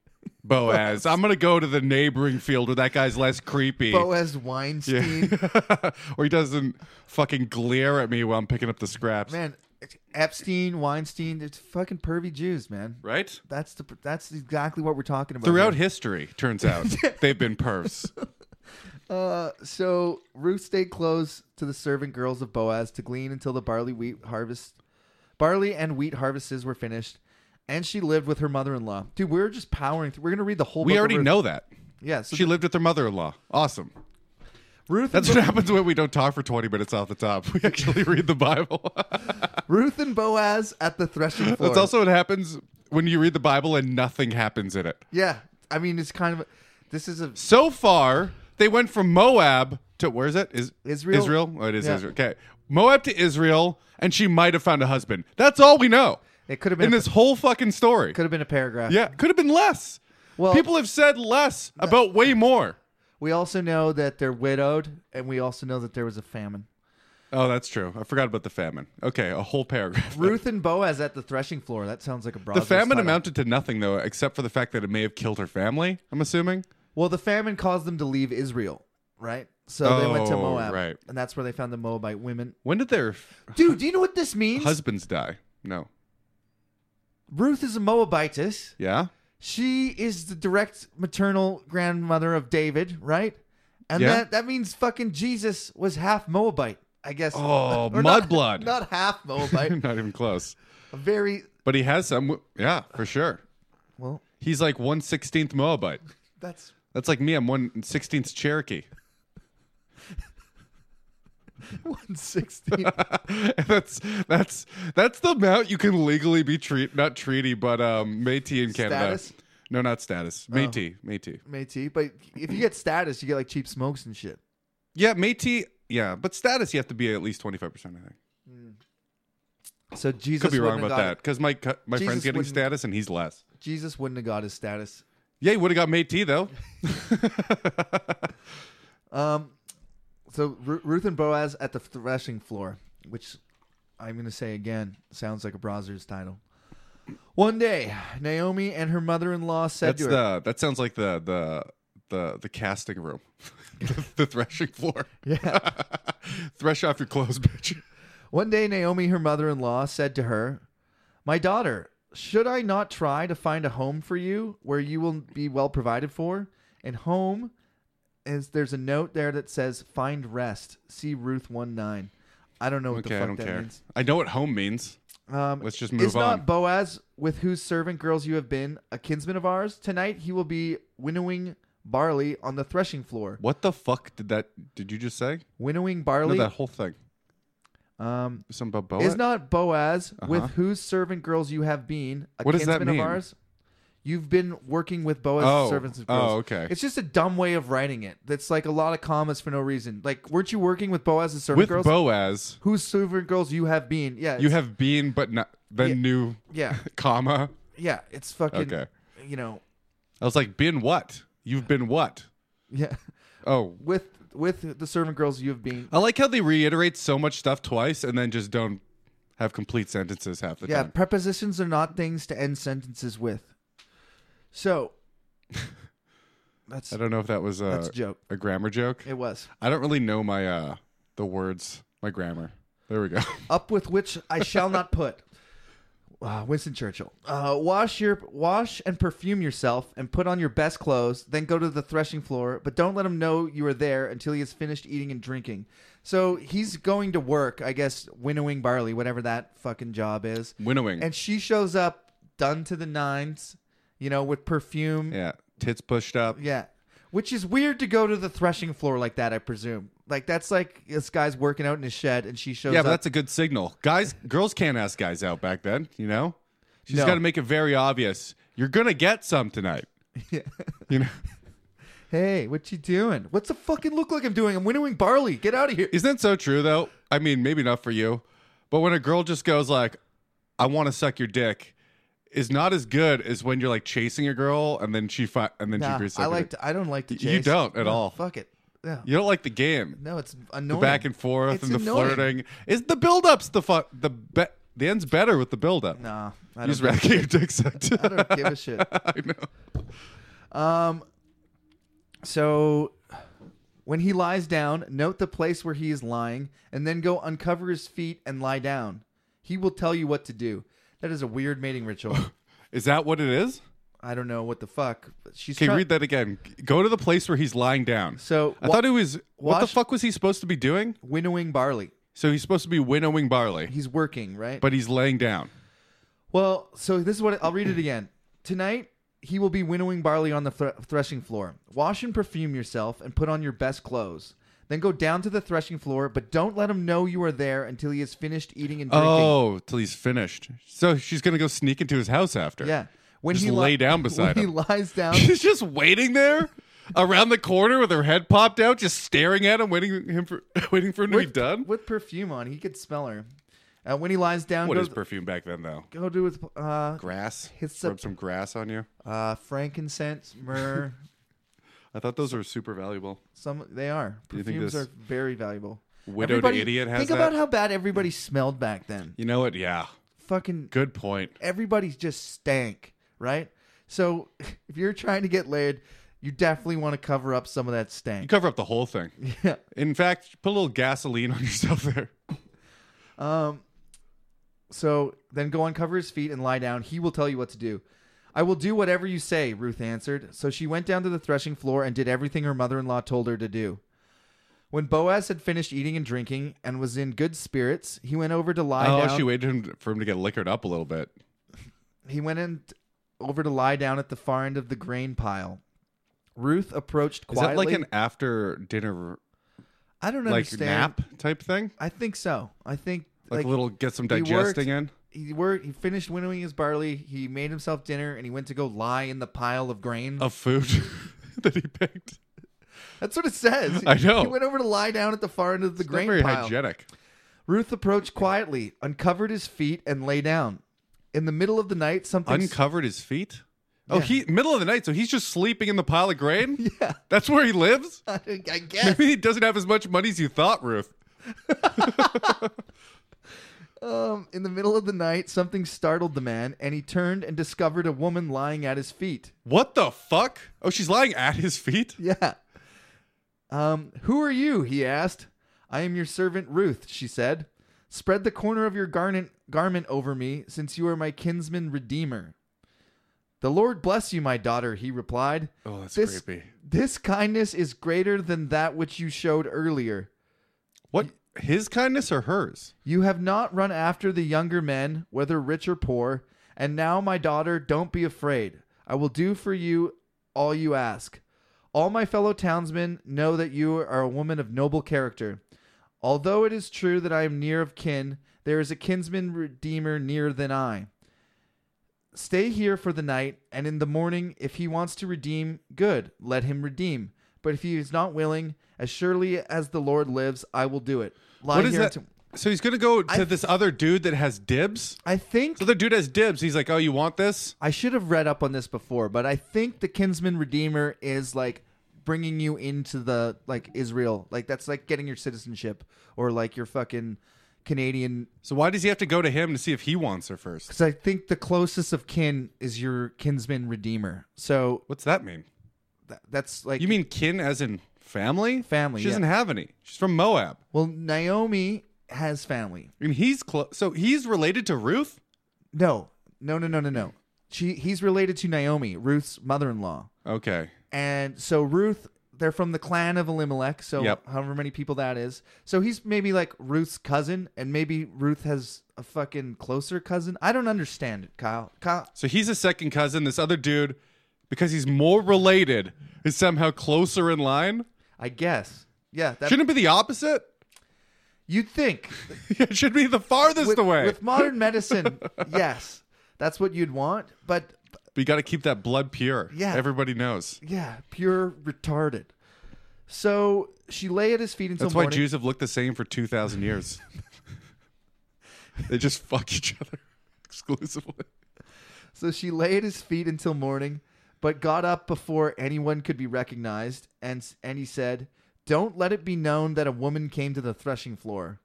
Boaz. I'm gonna go to the neighboring field where that guy's less creepy, Boaz Weinstein. or he doesn't fucking glare at me while I'm picking up the scraps. man, Epstein, Weinstein. It's fucking pervy Jews, man. Right? That's the that's exactly what we're talking about. here. Throughout history, turns out they've been perfs. Uh, so Ruth stayed close to the servant girls of Boaz to glean until the barley wheat harvest, barley and wheat harvests were finished, and she lived with her mother-in-law. Dude, we're just powering through. We're gonna read the whole. book We of already Ruth. know that. Yeah. So She lived with her mother-in-law. Awesome. Ruth. That's and what happens when we don't talk for 20 minutes off the top. We actually read the Bible. Bo- Ruth and Boaz at the threshing floor. That's also what happens when you read the Bible and nothing happens in it. Yeah. I mean, it's kind of. This is a So far, they went from Moab to where is it? Is Israel. Israel? Oh, it is Yeah. Israel. Okay. Moab to Israel, and she might have found a husband. That's all we know. It could have been in a- this whole fucking story. could have been a paragraph. Yeah, could have been less. Well- People have said less about way more. We also know that they're widowed, and we also know that there was a famine. Oh, that's true. I forgot about the famine. Okay, a whole paragraph. Ruth and Boaz at the threshing floor. That sounds like a broad. the famine amounted to nothing, though, except for the fact that it may have killed her family, I'm assuming. Well, the famine caused them to leave Israel, right? So they went to Oh, Moab, right. And that's where they found the Moabite women. When did their f- Dude, do you know what this means? husbands die? No. Ruth is a Moabitess. Yeah? She is the direct maternal grandmother of David, right? And Yeah. that that means fucking Jesus was half Moabite. I guess. Oh, or not- mudblood. Not half Moabite. Not even close. a very But he has some. Yeah, for sure. well. He's like one sixteenth Moabite. That's That's like me. I'm one sixteenth Cherokee. one sixteen. that's that's that's the amount you can legally be treat not treaty, but um Métis in Canada. Status? Oh. No, not status. Métis, Métis. Métis. But if you get status, you get like cheap smokes and shit. Yeah, Métis. Yeah, but status you have to be at least twenty five percent. I think So Jesus could be wrong wouldn't have about got that because my cu- my Jesus friend's getting wouldn't- status and he's less. it. Jesus wouldn't have got his status. Yeah, he would have got Métis though. Um, so Ru- Ruth and Boaz at the threshing floor, which I'm going to say again sounds like a browser's title. One day, Naomi and her mother-in-law said to That's her, the that sounds like the the the the casting room, the, the threshing floor. "Yeah." Thresh off your clothes, bitch. One day, Naomi, her mother-in-law, said to her, "My daughter, should I not try to find a home for you where you will be well provided for? And home is there's a note there that says find rest. See Ruth one nine. I don't know what the Okay, fuck I don't that care. means. I know what home means. Um, Let's just is move on. not Boaz, with whose servant girls you have been, a kinsman of ours? Tonight he will be winnowing barley on the threshing floor. What the fuck did that? Did you just say? Winnowing No, barley. that whole thing. Um, Some about Boaz. is not Boaz, with Uh-huh. whose servant girls you have been, a What does that kinsman mean? of ours? You've been working with Boaz's Oh. servants and girls. Oh, okay. It's just a dumb way of writing it. That's like a lot of commas for no reason. Like, weren't you working with Boaz's servant with girls? Boaz, whose servant girls you have been? Yeah. you it's- have been, but not the Yeah. new Yeah. comma. Yeah. It's fucking. Okay. You know. I was like, been what? You've been what? Yeah. Oh, with with the servant girls you've been. I like how they reiterate so much stuff twice and then just don't have complete sentences half the Yeah, time. prepositions are not things to end sentences with. So that's I don't uh, know if that was a, that's a joke. a grammar joke. It was I don't really know my uh the words, my grammar. There we go. up with which I shall not put. Uh, Winston Churchill. Uh, wash your wash and perfume yourself and put on your best clothes. Then go to the threshing floor, but don't let him know you are there until he has finished eating and drinking. So he's going to work, I guess, winnowing barley, whatever that fucking job is. Winnowing. and she shows up done to the nines, you know, with perfume. Yeah. yeah. Tits pushed up. Which is weird to go to the threshing floor like that, I presume. Like that's like this guy's working out in his shed and she shows Yeah, up. but that's a good signal. Guys, girls can't ask guys out back then, you know? She's No. got to make it very obvious. You're going to get some tonight. You know? hey, what you doing? What's the fucking look like I'm doing? I'm winnowing barley. Get out of here. Isn't that so true though? I mean, maybe not for you, but when a girl just goes like, "I want to suck your dick," is not as good as when you're like chasing a girl and then she fi- and then Nah, she agrees. I sucking like it. to, I don't like to You chase. don't at No, all. Fuck it. Yeah. you don't like the game, No, it's the annoying. back and forth It's and the annoying. flirting. Is the build ups the fu- the be- the end's better with the build up. Nah, I you just don't, rather get your dick sucked. I don't give a shit. I know. Um, so when he lies down, note the place where he is lying, and then go uncover his feet and lie down. He will tell you what to do. That is a weird mating ritual. Is that what it is? I don't know what the fuck. but She's Okay, try- read that again. Go to the place where he's lying down. So I wa- thought it was. What the wash- fuck was he supposed to be doing? winnowing barley. So he's supposed to be winnowing barley. He's working, right? but he's laying down. Well, so this is what I'll read it again. Tonight, he will be winnowing barley on the thr- threshing floor. Wash and perfume yourself and put on your best clothes. Then go down to the threshing floor, but don't let him know you are there until he has finished eating and drinking. Oh, till he's finished. So she's gonna go sneak into his house after. Yeah. When Just he lay down beside when him. He lies down. she's just waiting there around the corner with her head popped out, just staring at him, waiting him for waiting for him to be with, done. with perfume on. He could smell her. Uh, when he lies down, What go, is perfume back then though? go to his uh, Grass. Hits Rub up- some grass on you. uh, frankincense, myrrh. I thought those were super valuable. some they are you think perfumes this are very valuable. widowed Everybody- idiot has think that? about how bad everybody smelled back then. You know what? Yeah. Fucking Good point. everybody just stank, right? So if you're trying to get laid, you definitely want to cover up some of that You stank. cover up the whole thing. Yeah. In fact, put a little gasoline on yourself there. Um, so then go uncover his feet and lie down. He will tell you what to do. I will do whatever you say, Ruth answered. So she went down to the threshing floor and did everything her mother in law told her to do. When Boaz had finished eating and drinking and was in good spirits, he went over to lie Oh, down. she waited him, for him to get liquored up a little bit. He went in over to lie down at the far end of the grain pile. Ruth approached Is that quietly. like an after dinner I don't like understand. nap type thing? I think so. I think Like, like, a little get some he worked- digesting in. he worked. He finished winnowing his barley. He made himself dinner, and he went to go lie in the pile of grain. of food that he picked. That's what it says. I know. He went over to lie down at the far end of the It's grain not very pile. hygienic. Ruth approached quietly, uncovered his feet, and lay down. In the middle of the night, something. Uncovered his feet. Oh, Yeah. he middle of the night, so he's just sleeping in the pile of grain. yeah, That's where he lives. I guess. Maybe he doesn't have as much money as you thought, Ruth. Um, in the middle of the night, something startled the man, and he turned and discovered a woman lying at his feet. What the fuck? Oh, she's lying at his feet. Yeah. Um, who are you? He asked. I am your servant Ruth, she said. Spread the corner of your garment garment over me, since you are my kinsman redeemer. The Lord bless you, my daughter, he replied. Oh, that's This- creepy. This kindness is greater than that which you showed earlier. What? His kindness or hers? You have not run after the younger men, whether rich or poor. And now, my daughter, don't be afraid. I will do for you all you ask. All my fellow townsmen know that you are a woman of noble character. Although it is true that I am near of kin, there is a kinsman redeemer nearer than I. Stay here for the night, and in the morning, if he wants to redeem, good, let him redeem. But if he is not willing, as surely as the Lord lives, I will do it. Lie What is here that? until- So he's gonna go to I- this other dude that has dibs. I think So the dude has dibs. He's like, "Oh, you want this? I should have read up on this before, but I think the kinsman redeemer is like bringing you into the like Israel, like that's like getting your citizenship or like your fucking Canadian. So why does he have to go to him to see if he wants her first? Because I think the closest of kin is your kinsman redeemer, so What's that mean? th- that's like You mean kin as in family? Family, She doesn't yeah. have any. She's from Moab. well Naomi has family. And he's close. So he's related to Ruth? No, no, no, no, no, no. She he's related to Naomi, Ruth's mother-in-law. Okay. And so Ruth, they're from the clan of Elimelech, so Yep. however many people that is. So he's maybe like Ruth's cousin, and maybe Ruth has a fucking closer cousin. I don't understand it, Kyle. Kyle, So he's a second cousin. This other dude, because he's more related, is somehow closer in line. I guess. Yeah, that, Shouldn't it be the opposite? you'd think it should be the farthest with, away. with modern medicine, yes, that's what you'd want. But but you got to keep that blood pure. Yeah. Everybody knows. yeah, pure retarded. So she lay at his feet until That's why morning. Jews have looked the same for 2,000 years. they just fuck each other exclusively. So she lay at his feet until morning, but got up before anyone could be recognized. And, and he said, Don't let it be known that a woman came to the threshing floor.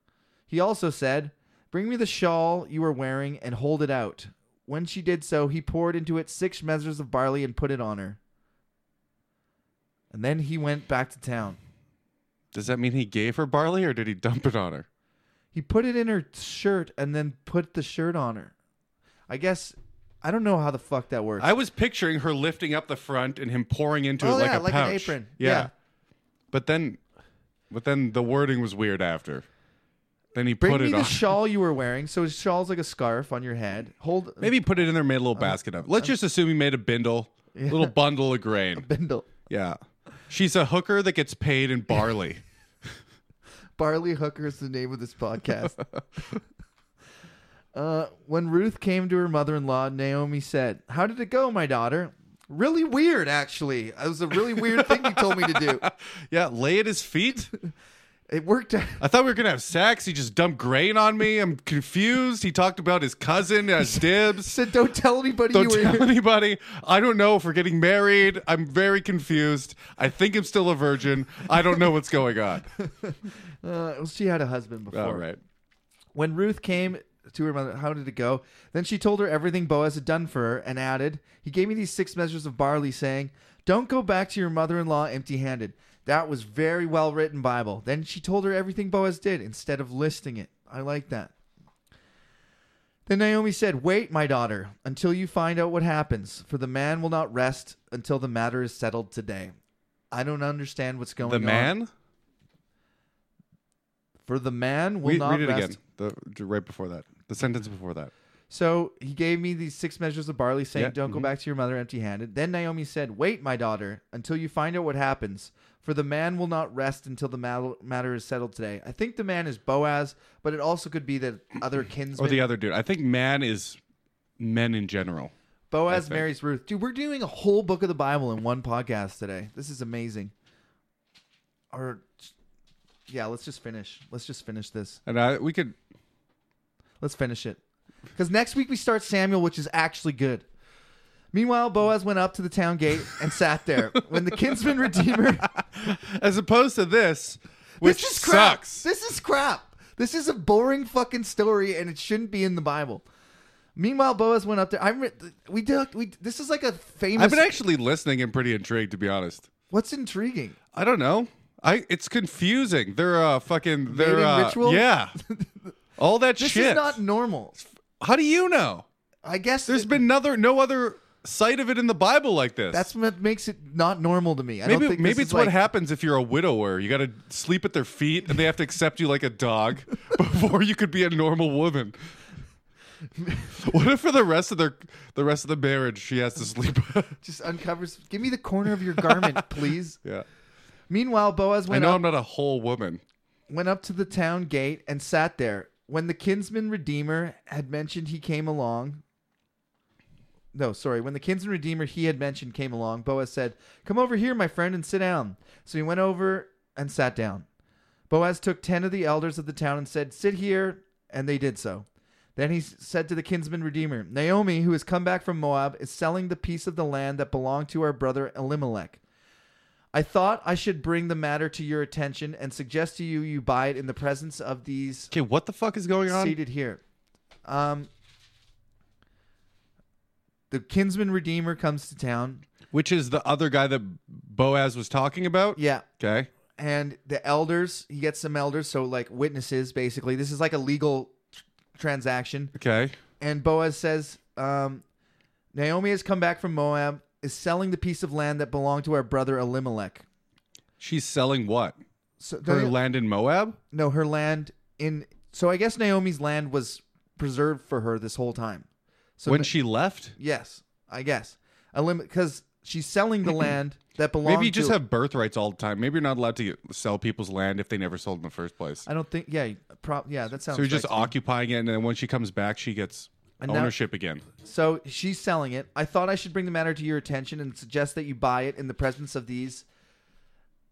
He also said, Bring me the shawl you are wearing and hold it out. When she did so, he poured into it six measures of barley and put it on her. And then he went back to town. Does that mean he gave her barley or did he dump it on her? He put it in her shirt and then put the shirt on her. I guess, I don't know how the fuck that works. I was picturing her lifting up the front and him pouring into Oh, it like yeah, a like an pouch. apron. Yeah. Yeah. But then but then the wording was weird after. Then he Bring put me it the on. shawl you were wearing. So his shawl's like a scarf on your head. Hold Maybe he put it in there and made a little Uh, basket of it. Let's just assume he made a bindle. Little bundle of grain. bindle, Yeah. She's a hooker that gets paid in barley. barley hooker is the name of this podcast. uh, when Ruth came to her mother-in-law, Naomi said, "How did it go, my daughter?" Really weird, actually. It was a really weird thing you told me to do. yeah, lay at his feet. It worked. out. I thought we were gonna have sex. He just dumped grain on me. I'm confused. He talked about his cousin as dibs. Said, "Don't tell anybody Don't you were tell here." anybody. I don't know if we're getting married. I'm very confused. I think I'm still a virgin. I don't know what's going on. Uh, well, she had a husband before. All right. When Ruth came to her mother, how did it go? Then she told her everything Boaz had done for her and added, He gave me these six measures of barley, saying, Don't go back to your mother in law empty handed. That was very well written Bible. Then she told her everything Boaz did instead of listing it. I like that. Then Naomi said, Wait, my daughter, until you find out what happens, for the man will not rest until the matter is settled today. I don't understand what's going The on. man? For the man will We, not read it rest. again. The right before that. The sentence before that. So he gave me these six measures of barley, saying, Yeah, mm-hmm. Don't go back to your mother empty handed. Then Naomi said, Wait, my daughter, until you find out what happens, for the man will not rest until the mal- matter is settled today. I think the man is Boaz, but it also could be that other Or kinsmen. the other dude. I think man is men in general. Boaz think. marries Ruth. Dude, we're doing a whole book of the Bible in one podcast today. This is amazing. Or, yeah, let's just finish. Let's just finish this. And I, we could Let's finish it. Because next week we start Samuel, which is actually good. Meanwhile, Boaz went up to the town gate and sat there. When the kinsman redeemer, as opposed to this, which this is crap. sucks. This is crap. This is a boring fucking story, and it shouldn't be in the Bible. Meanwhile, Boaz went up there. I re- we did. We this is like a I've famous. been actually listening and pretty intrigued, to be honest. what's intriguing? I don't know. I it's confusing. They're uh fucking they're Mating uh, ritual? yeah. All that This shit. is not normal. How do you know? I guess There's it- been another no other sight of it in the Bible like this. that's what makes it not normal to me. I don't maybe think maybe this it's is what like- happens if you're a widower. You got to sleep at their feet, and they have to accept you like a dog before you could be a normal woman. what if for the rest of their the rest of the marriage she has to sleep? Just uncovers. Give me the corner of your garment, please. yeah, Meanwhile, Boaz I went know up. I'm not a whole woman. went up to the town gate and sat there. When the kinsman redeemer had mentioned he came along, no, sorry, when the kinsman redeemer he had mentioned came along, Boaz said, "Come over here, my friend, and sit down." So he went over and sat down. Boaz took ten of the elders of the town and said, "Sit here," and they did so. Then he s- said to the kinsman redeemer, "Naomi, who has come back from Moab, is selling the piece of the land that belonged to our brother Elimelech." I thought I should bring the matter to your attention and suggest to you you buy it in the presence of these Okay, what the fuck is going on? seated here. Um, the kinsman redeemer comes to town. Which is the other guy that Boaz was talking about? Yeah, Okay. and the elders. He gets some elders, so like witnesses. Basically, this is like a legal tr- transaction. Okay. And Boaz says, um, "Naomi has come back from Moab. Is selling the piece of land that belonged to our brother Elimelech." She's selling what? So Her land in Moab? No, her land in. So I guess Naomi's land was preserved for her this whole time. So when na- she left? yes, I guess a limit because she's selling the land that belongs. Maybe you just to, have birthrights all the time. Maybe you're not allowed to get, sell people's land if they never sold in the first place. I don't think. Yeah, pro, yeah, that sounds. So you're just right. occupying it, and then when she comes back, she gets And now- ownership again. So she's selling it. I thought I should bring the matter to your attention and suggest that you buy it in the presence of these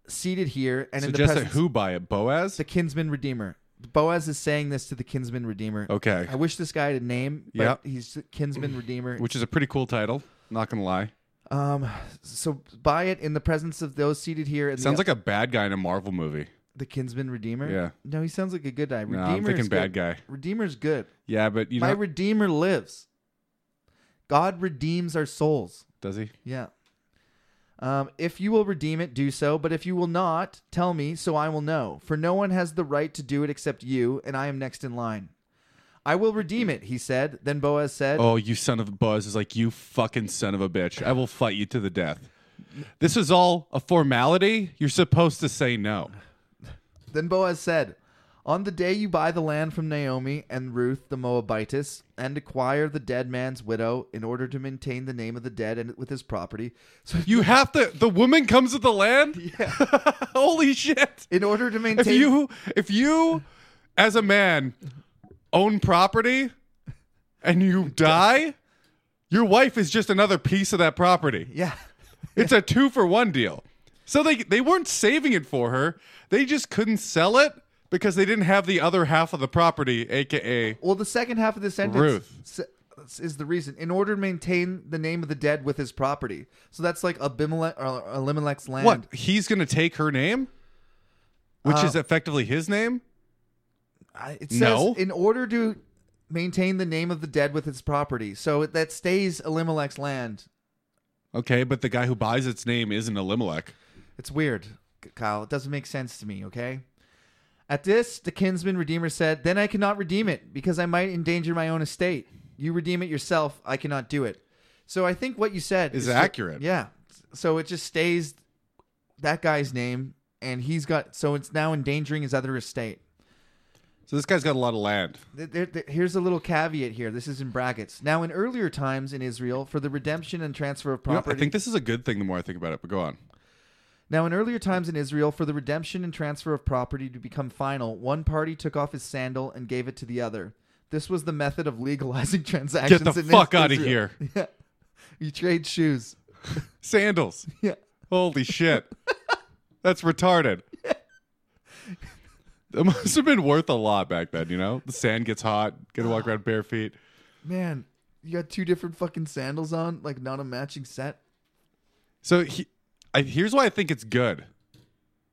seated here and in the Suggest that presence who buy it? Boaz? the kinsman redeemer. Boaz is saying this to the kinsman redeemer. Okay. I wish this guy had a name, but Yep. he's the kinsman redeemer. Which is a pretty cool title. Not going to lie. Um, so buy it in the presence of those seated here. And Sounds the, like a bad guy in a Marvel movie. the kinsman redeemer. Yeah. No, he sounds like a good guy. No, Redeemer I'm thinking is bad good. guy. Redeemer's good. Yeah, but you My know, redeemer lives. God redeems our souls. does he? Yeah. Um, if you will redeem it, do so. But if you will not, tell me, so I will know. For no one has the right to do it except you, and I am next in line. I will redeem it, he said. Then Boaz said, Oh, you son of a Buzz is like you fucking son of a bitch. I will fight you to the death. This is all a formality. You're supposed to say no. Then Boaz said, On the day you buy the land from Naomi and Ruth the Moabitess, and acquire the dead man's widow, in order to maintain the name of the dead and with his property, so You have to. The woman comes with the land. Yeah. Holy shit! in order to If maintain, you if you as a man own property and you die, your wife is just another piece of that property. yeah, It's a two for one deal. So they they weren't saving it for her. They just couldn't sell it because they didn't have the other half of the property, aka well, the second half of the sentence Ruth. s- is the reason. In order to maintain the name of the dead with his property, so that's like Abimelech or Elimelech's land. what he's gonna take her name, which is effectively his name. I- It says No. in order to maintain the name of the dead with his property, so that stays Elimelech's land. Okay, but the guy who buys its name isn't Elimelech. It's weird, Kyle. It doesn't make sense to me, okay? At this, the kinsman redeemer said, Then I cannot redeem it because I might endanger my own estate. You redeem it yourself. I cannot do it. So I think what you said Is ju- accurate. yeah. So it just stays that guy's name, and he's got, so it's now endangering his other estate. So this guy's got a lot of land. Th- there- th- here's a little caveat here. This is in brackets. Now, in earlier times in Israel, for the redemption and transfer of You know, property. I think this is a good thing the more I think about it, but go on. Now, in earlier times in Israel, for the redemption and transfer of property to become final, one party took off his sandal and gave it to the other. This was the method of legalizing transactions. Get the in fuck Is- out of Israel. here. Yeah. You trade shoes. Sandals. Yeah. Holy shit. That's retarded. It must have been worth a lot back then, you know? The sand gets hot, gotta walk around bare feet. Man, you got two different fucking sandals on, like not a matching set. So he, I, here's why I think it's good.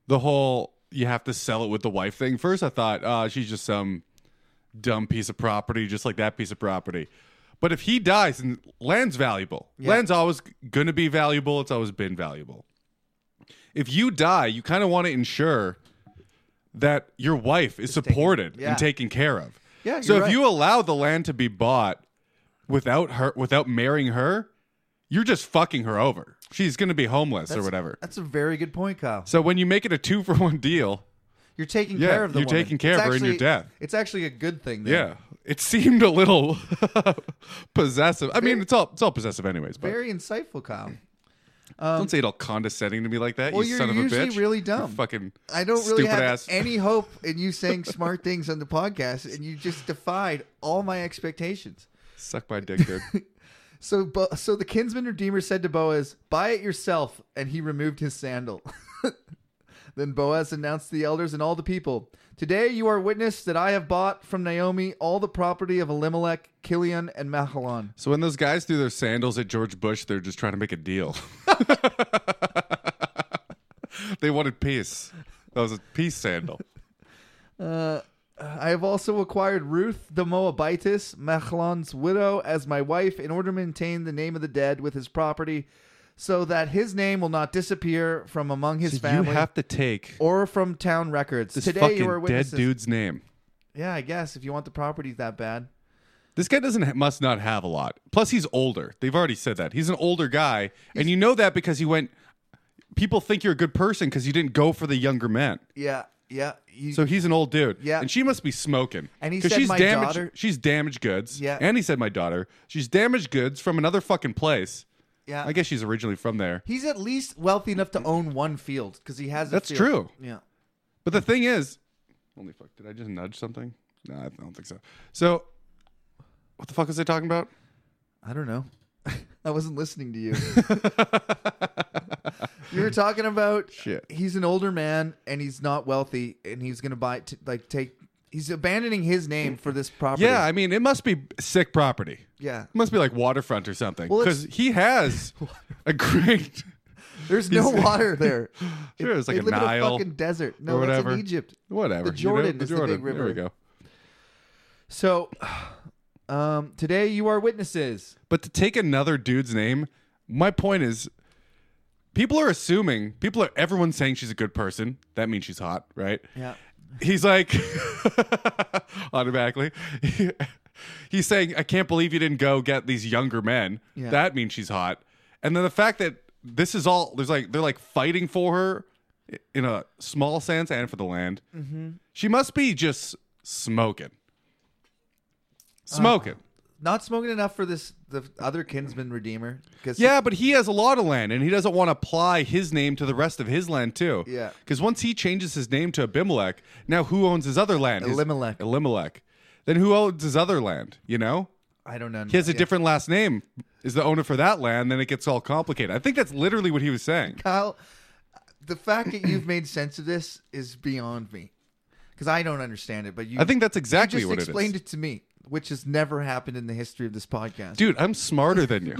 The whole you have to sell it with the wife thing. First, I thought, oh, she's just some dumb piece of property, just like that piece of property. But if he dies, and land's valuable. Yeah. Land's always going to be valuable. It's always been valuable. If you die, you kind of want to ensure that your wife is supported yeah. and taken care of. Yeah, So you're if right. you allow the land to be bought without her, without marrying her, you're just fucking her over. She's going to be homeless or whatever. That's a very good point, Kyle. So when you make it a two for one deal, You're taking Yeah, care of the you're woman. taking care It's of her in your actually- death. It's actually a good thing. Then. yeah, it seemed a little possessive. I mean, it's all it's all possessive, anyways. But Very insightful, Kyle. don't say it all condescending to me like that. Well, you you're son of a usually bitch. really You dumb. fucking I don't really stupid have ass. any hope in you saying smart things on the podcast, and you just defied all my expectations. Suck my dick, dude. So, Bo- so the kinsman redeemer said to Boaz, "Buy it yourself," and he removed his sandal. then Boaz announced to the elders and all the people, "Today you are witness that I have bought from Naomi all the property of Elimelech, Kilian, and Mahlon." so when those guys threw their sandals at George Bush, they're just trying to make a deal. they wanted peace. That was a peace sandal. Uh, I have also acquired Ruth the Moabitess, Mahlon's widow, as my wife in order to maintain the name of the dead with his property, so that his name will not disappear from among his family You have to take or from town records. this Today you are fucking dead witnesses. dude's name. Yeah, I guess if you want the property that bad. This guy doesn't ha- must not have a lot. Plus, he's older. They've already said that he's an older guy, and you know that because he went. People think you're a good person because you didn't go for the younger men. Yeah, yeah. You, So he's an old dude. Yeah. and she must be smoking. And he 'Cause said she's my damaged, daughter- She's damaged goods. Yeah. and he said my daughter. She's damaged goods from another fucking place. yeah. I guess she's originally from there. He's at least wealthy enough to own one field because he has. A That's field. true. Yeah. But the thing is, only fuck. Did I just nudge something? No, I don't think so. So, what the fuck was I talking about? I don't know. I wasn't listening to you. you were talking about Shit. He's an older man and he's not wealthy and he's gonna buy t- like take. He's abandoning his name for this property. Yeah, I mean, it must be sick property. yeah. It must be like waterfront or something. Well, Because he has a great. There's no He's- water there. Sure, it's like they a live in a Nile fucking desert. No, or whatever. that's in Egypt. Whatever. The Jordan is the big There we river. go. So, um, today you are witnesses. But to take another dude's name, my point is people are assuming, people are, everyone's saying she's a good person. That means she's hot, right? Yeah. He's like, automatically. He's saying, I can't believe you didn't go get these younger men. Yeah. That means she's hot. And then the fact that this is all, there's like, they're like fighting for her i- in a small sense and for the land. She must be just smoking. Smoking. Not smoking enough for this the other kinsman redeemer. 'cause- yeah, but he has a lot of land and he doesn't want to apply his name to the rest of his land too. Yeah. Because once he changes his name to Abimelech, now who owns his other land? His- Elimelech. Elimelech. Then who owns his other land? You know? I don't know. He has a Yeah. different last name, is the owner for that land, then it gets all complicated. I think that's literally what he was saying. Kyle, the fact that you've made sense of this is beyond me because I don't understand it. But you, I think that's you exactly just what it is. explained it, to me, which has never happened in the history of this podcast. Dude, I'm smarter than you.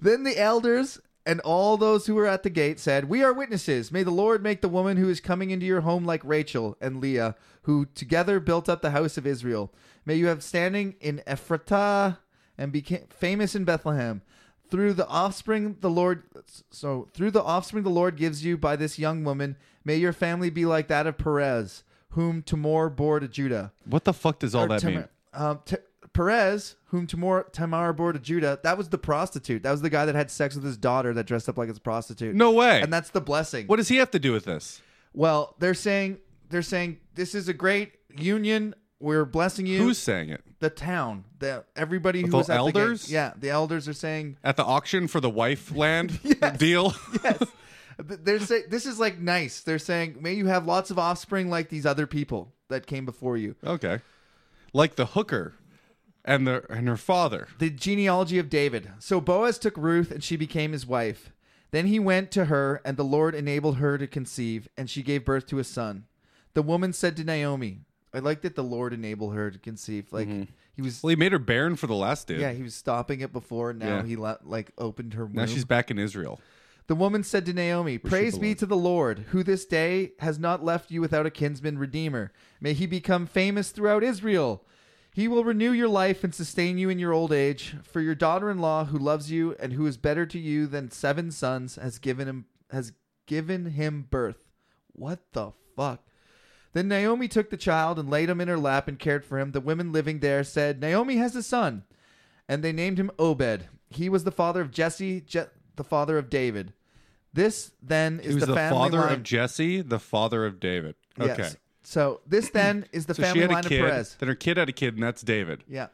Then the elders and all those who were at the gate said, "We are witnesses. May the Lord make the woman who is coming into your home like Rachel and Leah, who together built up the house of Israel. May you have standing in Ephratah and became famous in Bethlehem." Through the offspring the Lord so through the offspring the Lord gives you by this young woman, may your family be like that of Perez, whom Tamor bore to Judah. what the fuck does all Or that Tamar- mean? Um, T- Perez, whom Tamar, Tamar bore to Judah, that was the prostitute. That was the guy that had sex with his daughter that dressed up like his prostitute. No way. And that's the blessing. what does he have to do with this? Well, they're saying they're saying this is a great Union, we're blessing you. Who sang it? the town, the everybody who The was at the gate. elders? yeah, the elders are saying At the auction for the wife land deal? yes. They're saying this is like nice. They're saying may you have lots of offspring like these other people that came before you. Okay. Like the hooker and the and her father. The genealogy of David. So Boaz took Ruth and she became his wife. Then he went to her and the Lord enabled her to conceive and she gave birth to a son. The woman said to Naomi, I like that the Lord enabled her to conceive. Like he was Mm-hmm. Well, he made her barren for the last dude. yeah, he was stopping it before. Now Yeah. he le- like opened her womb. now she's back in Israel. The woman said to Naomi, Praise be belongs. to the Lord, who this day has not left you without a kinsman redeemer. May he become famous throughout Israel. He will renew your life and sustain you in your old age. For your daughter in law, who loves you and who is better to you than seven sons, has given him has given him birth. What the fuck? Then Naomi took the child and laid him in her lap and cared for him. The women living there said, Naomi has a son. And they named him Obed. He was the father of Jesse, Je- the father of David. This then is He was the, the, family father line. of Jesse, the father of David. Okay. Yes. So this then is the So she family had a line kid. of Perez. Then her kid had a kid, and that's David. Yeah.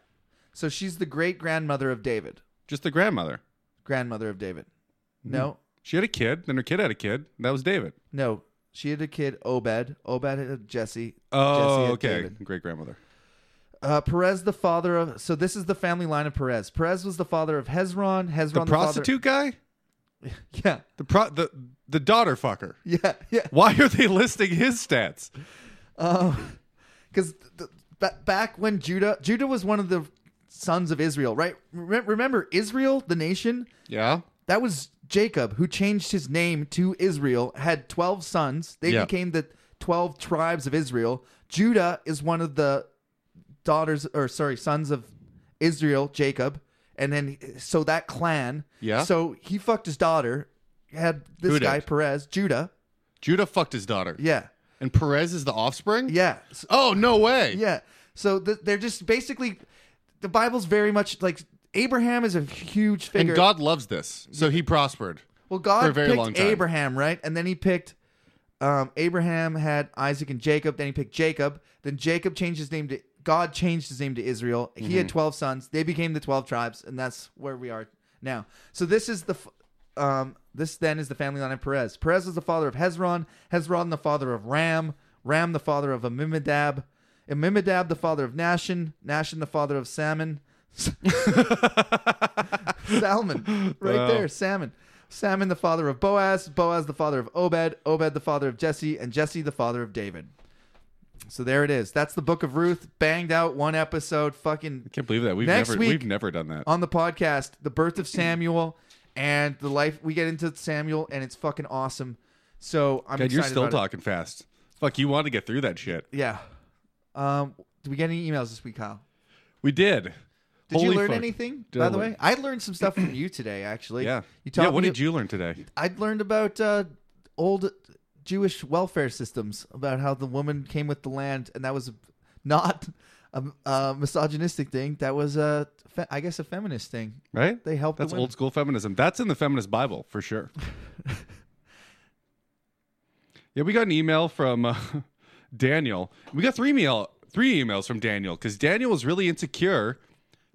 So she's the great grandmother of David. Just the grandmother. Grandmother of David. Hmm. No, She had a kid, then her kid had a kid, and that was David. no. She had a kid, Obed. Obed had Jesse. Oh, Jesse had okay. David. Great grandmother. Uh, Perez, the father of. So this is the family line of Perez. Perez was the father of Hezron. Hezron, The, prostitute guy? Father, The pro the the daughter fucker. yeah, yeah, yeah. Why are they listing his stats? because back when Judah, Judah was one of the sons of Israel, right? Re- remember Israel, the nation Yeah. that was Jacob, who changed his name to Israel, had twelve sons. They Yeah. became the twelve tribes of Israel. Judah is one of the daughters, or sorry, sons of Israel, Jacob, and then so that clan. Yeah. So he fucked his daughter. Had this Who did? guy Perez, Judah. Judah fucked his daughter. Yeah, And Perez is the offspring? yeah. So- Oh, no way. Yeah. So th- they're just basically the Bible's very much like Abraham is a huge figure. And God loves this, so he prospered. well, for God a very picked long time. Abraham, right? And then he picked um, Abraham had Isaac and Jacob. Then he picked Jacob. Then Jacob changed his name to God changed his name to Israel. He Mm-hmm. had twelve sons. They became the twelve tribes, and that's where we are now. So this is the. F- um, this then is the family line of Perez. Perez is the father of Hezron. Hezron the father of Ram. Ram the father of Amimadab. Amimadab the father of Nashon. Nashon the father of Salmon. Salmon, right there, Salmon. Salmon the father of Boaz. Boaz the father of Obed. Obed the father of Jesse, and Jesse the father of David. So there it is. That's the Book of Ruth. Banged out one episode. Fucking Can't believe that. We've Next never week- we've never done that. on the podcast, the birth of Samuel and the life we get into Samuel, and it's fucking awesome. So I'm God, excited you're still about it. talking fast. Fuck, you want to get through that shit. Yeah. Um, did we get any emails this week, Kyle? We did. Did Holy you learn fuck. anything? Did by I the learn- way, I learned some stuff from you today. Actually, Yeah. You taught yeah, what me- did you learn today? I'd learned about uh, old Jewish welfare systems, about how the woman came with the land, and that was not a, a misogynistic thing. That was a, fe- I guess, a feminist thing. Right? They helped. That's the women. old school feminism. That's in the feminist Bible for sure. yeah, we got an email from uh, Daniel. We got three email three emails from Daniel because Daniel was really insecure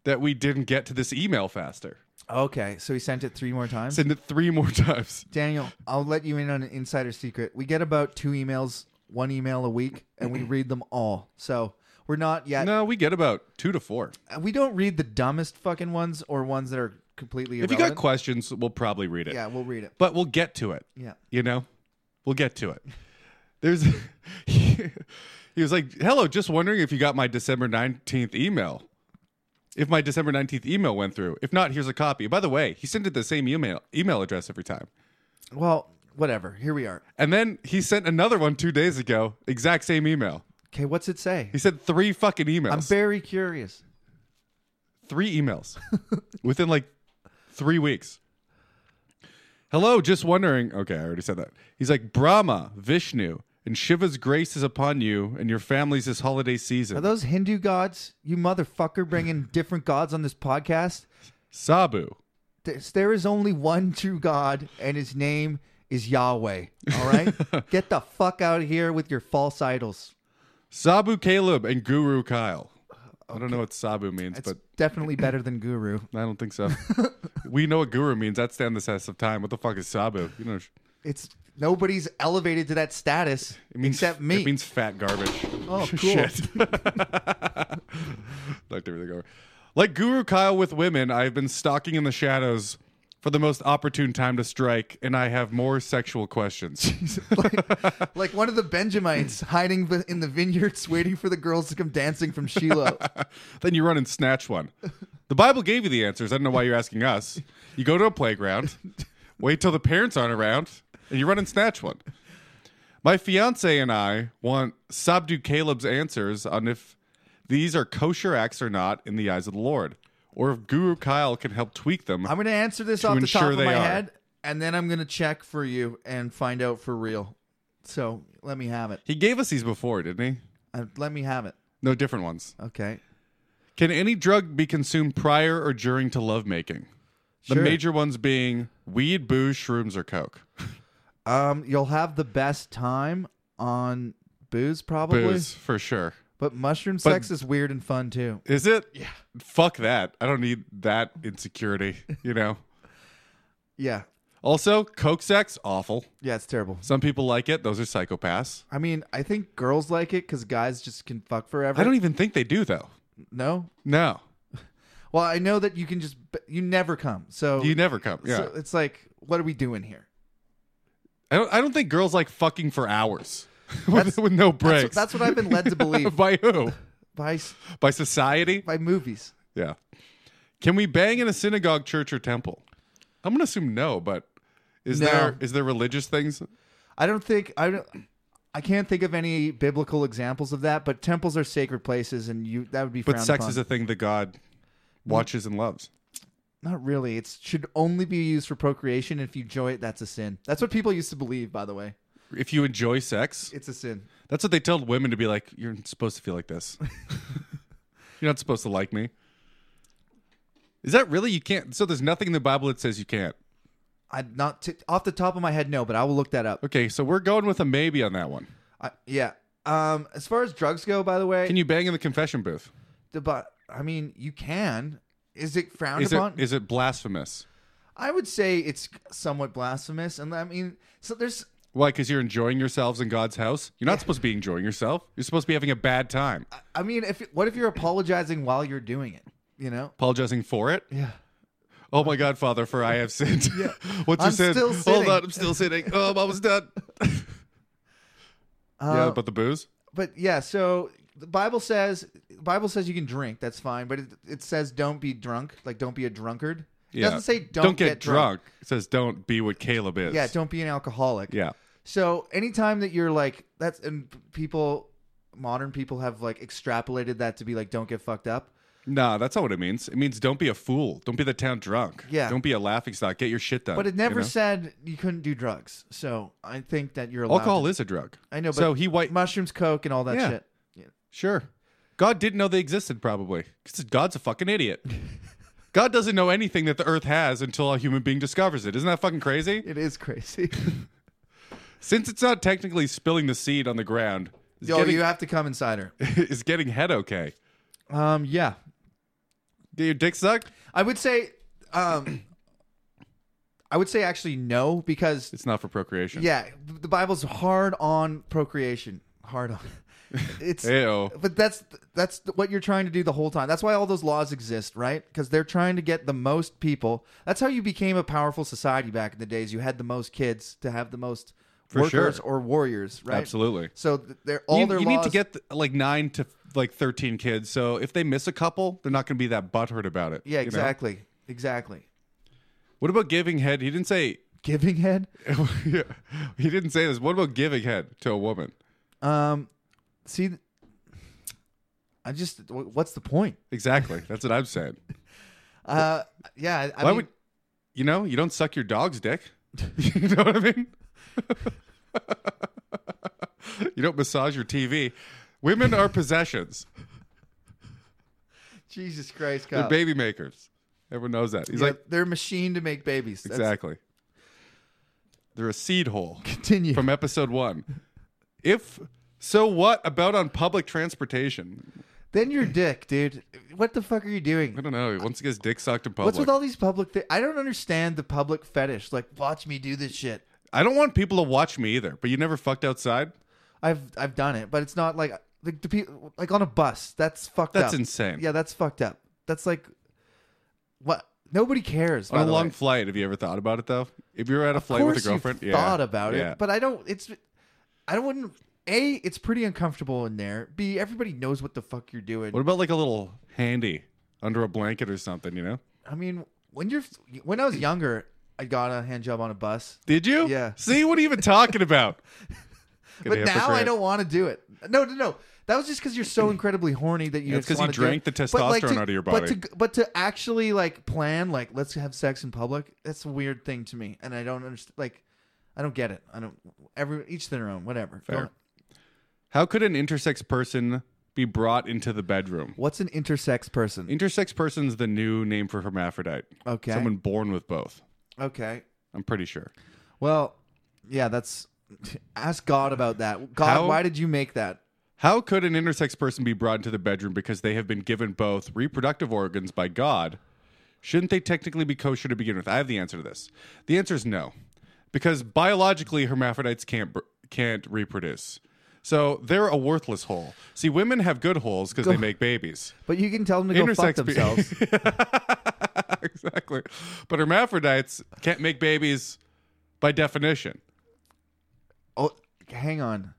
that we didn't get to this email faster. Okay, so he sent it three more times. Send it three more times. Daniel, I'll let you in on an insider secret. We get about two emails, one email a week, and we read them all. So we're not yet. No, we get about two to four. We don't read the dumbest fucking ones or ones that are completely. If you Irrelevant. got questions, we'll probably read it. yeah, we'll read it. But we'll get to it. Yeah. You know? We'll get to it. There's he, was like, "Hello, just wondering if you got my December 19th email. If my December 19th email went through. If not, here's a copy. By the way, he sent it the same email email address every time. Well, whatever. Here we are. And then he sent another one 2 days ago, exact same email. Okay, what's it say? He sent three fucking emails. I'm very curious. three emails within like three weeks. Hello, just wondering. Okay, I already said that. He's like Brahma, Vishnu, and Shiva's grace is upon you and your families this holiday season. Are those Hindu gods? You motherfucker bringing different gods on this podcast? Sabu. There's, there is only one true God, and his name is Yahweh. All right? Get the fuck out of here with your false idols. Sabu Caleb and Guru Kyle. I don't know what Sabu means, It's but definitely better than Guru. I don't think so. we know what Guru means. That's stand the test of time. What the fuck is Sabu? You know, It's nobody's elevated to that status it means except me. It means fat garbage. oh, cool. Shit. like everything over. Like Guru Kyle with women, I've been stalking in the shadows for the most opportune time to strike, and I have more sexual questions. like, like one of the Benjamites hiding the- in the vineyards, waiting for the girls to come dancing from Shiloh. then you run and snatch one. The Bible gave you the answers. I don't know why you're asking us. You go to a playground, wait till the parents aren't around, and you run and snatch one. My fiance and I want Sabdu Caleb's answers on if these are kosher acts or not in the eyes of the Lord, or if Guru Kyle can help tweak them. I'm going to answer this off the ensure top of they my are. head, and then I'm going to check for you and find out for real. So let me have it. He gave us these before, didn't he? Uh, let me have it. No different ones. Okay. Can any drug be consumed prior or during to lovemaking? The Sure. major ones being weed, booze, shrooms, or coke. Um, you'll have the best time on booze, probably. Booze, for sure. But mushroom sex is weird and fun too. Is it? Yeah. Fuck that. I don't need that insecurity, you know? Yeah. also, coke sex, awful. Yeah, it's terrible. Some people like it. Those are psychopaths. I mean, I think girls like it because guys just can fuck forever. I don't e- even think they do, though. No. No. Well, I know that you can just but you never come. So You never come. Yeah. So it's like, what are we doing here? I, don't, I don't think girls like fucking for hours with, with no That's, breaks. that's what I've been led to believe By who? by s- By society? by movies. Yeah. Can we bang in a synagogue, church, or temple? I'm gonna assume no, but is No. there is there religious things? I don't think I don't. I can't think of any biblical examples of that, but temples are sacred places, and you that would be. But frowned sex upon. is a thing that God watches and loves. Not really. It should only be used for procreation. If you enjoy it, that's a sin. That's what people used to believe, by the way. If you enjoy sex, It's a sin. that's what they told women to be like. You're supposed to feel like this. You're not supposed to like me. Is that really you can't? So there's nothing in the Bible that says you can't. I not t- off the top of my head, no, but I will look that up. Okay, so we're going with a maybe on that one. I, yeah. Um, as far as drugs go, by the way, Can you bang in the confession booth? the, but I mean, you can. Is it frowned Is it upon? is it blasphemous? I would say it's somewhat blasphemous, and I mean, so there's. Why? Because you're enjoying yourselves in God's house. You're not supposed to be enjoying yourself. You're supposed to be having a bad time, I mean, if what if you're apologizing while you're doing it? You know. apologizing for it. Yeah. Oh my God, Father, for I have sinned. What's I'm your sin? still Uh, Hold sitting. on, I'm still sitting. Oh, I'm almost done. yeah, but the booze. Uh, but yeah, so the Bible says the Bible says you can drink, that's fine, but it, it says don't be drunk, like don't be a drunkard. It Yeah. doesn't say don't, get, drunk. It says don't be what Caleb is. Yeah, don't be an alcoholic. Yeah. So anytime that you're like that's and people modern people have like extrapolated that to be like don't get fucked up. Nah, that's not what it means. It means don't be a fool. Don't be the town drunk. Yeah. Don't be a laughing stock. Get your shit done. But it Uh, you never know? said you couldn't do drugs. So I think that you're allowed Alcohol to- is a drug. I know, but so he white. mushrooms, coke and all that Yeah. shit. Sure. God didn't know they existed, probably. 'Cause God's a fucking idiot. God doesn't know anything that the earth has until a human being discovers it. Isn't that fucking crazy? It is crazy. Since it's not technically spilling the seed on the ground, is, Yo, getting, you have to come insider. is getting head okay? Um yeah. Did your dick suck? I would say, um, I would say actually no because It's not for procreation. yeah, the Bible's hard on procreation, hard on. It's Ayo. but that's that's what you're trying to do the whole time. That's why all those laws exist, right? Because they're trying to get the most people. That's how you became a powerful society back in the days. You had the most kids to have the most workers sure. or warriors, right? Absolutely. So th- they're all you their you laws. need to get th- like nine to like 13 kids. So if they miss a couple, they're not going to be that butthurt about it. yeah, you know? exactly, exactly. What about giving head? He didn't say. Giving head. Yeah. he didn't say this. What about giving head to a woman? Um, see, th- I just wh- what's the point? Exactly. That's what I'm saying. Uh, yeah. I- I Why mean, would you know? You don't suck your dog's dick. you know what I mean? you don't massage your TV. Women are possessions. Jesus Christ, They're Kyle. baby makers. Everyone knows that. He's Yeah, like they're a machine to make babies. That's- exactly. They're a seed hole Continue. from episode one. If So what about on public transportation? Then you're dick, dude. What the fuck are you doing? I don't know. Once he gets dick sucked in public, What's with all these public? Thi- I don't understand the public fetish. Like, watch me do this shit. I don't want people to watch me either. But you never fucked outside. I've I've done it, but it's not like like the people like on a bus. That's fucked up. That's insane. Yeah, that's fucked up. That's like what nobody cares. by on a the long way. flight, have you ever thought about it though? If you were at a Of flight with a course you've girlfriend, yeah, thought about it, Yeah. but I don't. It's I don't wouldn't. A, it's pretty uncomfortable in there. B, everybody knows what the fuck you're doing. What about like a little handy under a blanket or something? You know? I mean, when you're when I was younger, I got a hand job on a bus. Did you? Yeah. See, what are you even talking about? But Good now I hypocrite. don't want to do it. No, no, no. That was just because you're so incredibly horny that you. Yeah, it's just 'cause you wanna do drank it. the But, like, testosterone to- out of your body. But to, but to actually like plan like let's have sex in public, that's a weird thing to me, and I don't understand. Like, I don't get it. I don't. Every each their own. Whatever. Fair. Don't- How could an intersex person be brought into the bedroom? What's an intersex person? Intersex person's the new name for hermaphrodite. Okay. Someone born with both. okay. I'm pretty sure. Well, yeah. That's ask God about that. God, How- why did you make that? How could an intersex person be brought into the bedroom because they have been given both reproductive organs by God? Shouldn't they technically be kosher to begin with? I have the answer to this. The answer is no, because biologically hermaphrodites can't br- can't reproduce. So they're a worthless hole. See, women have good holes because they make babies. But you can tell them to go fuck pe- themselves. exactly. But hermaphrodites can't make babies by definition. oh, hang on.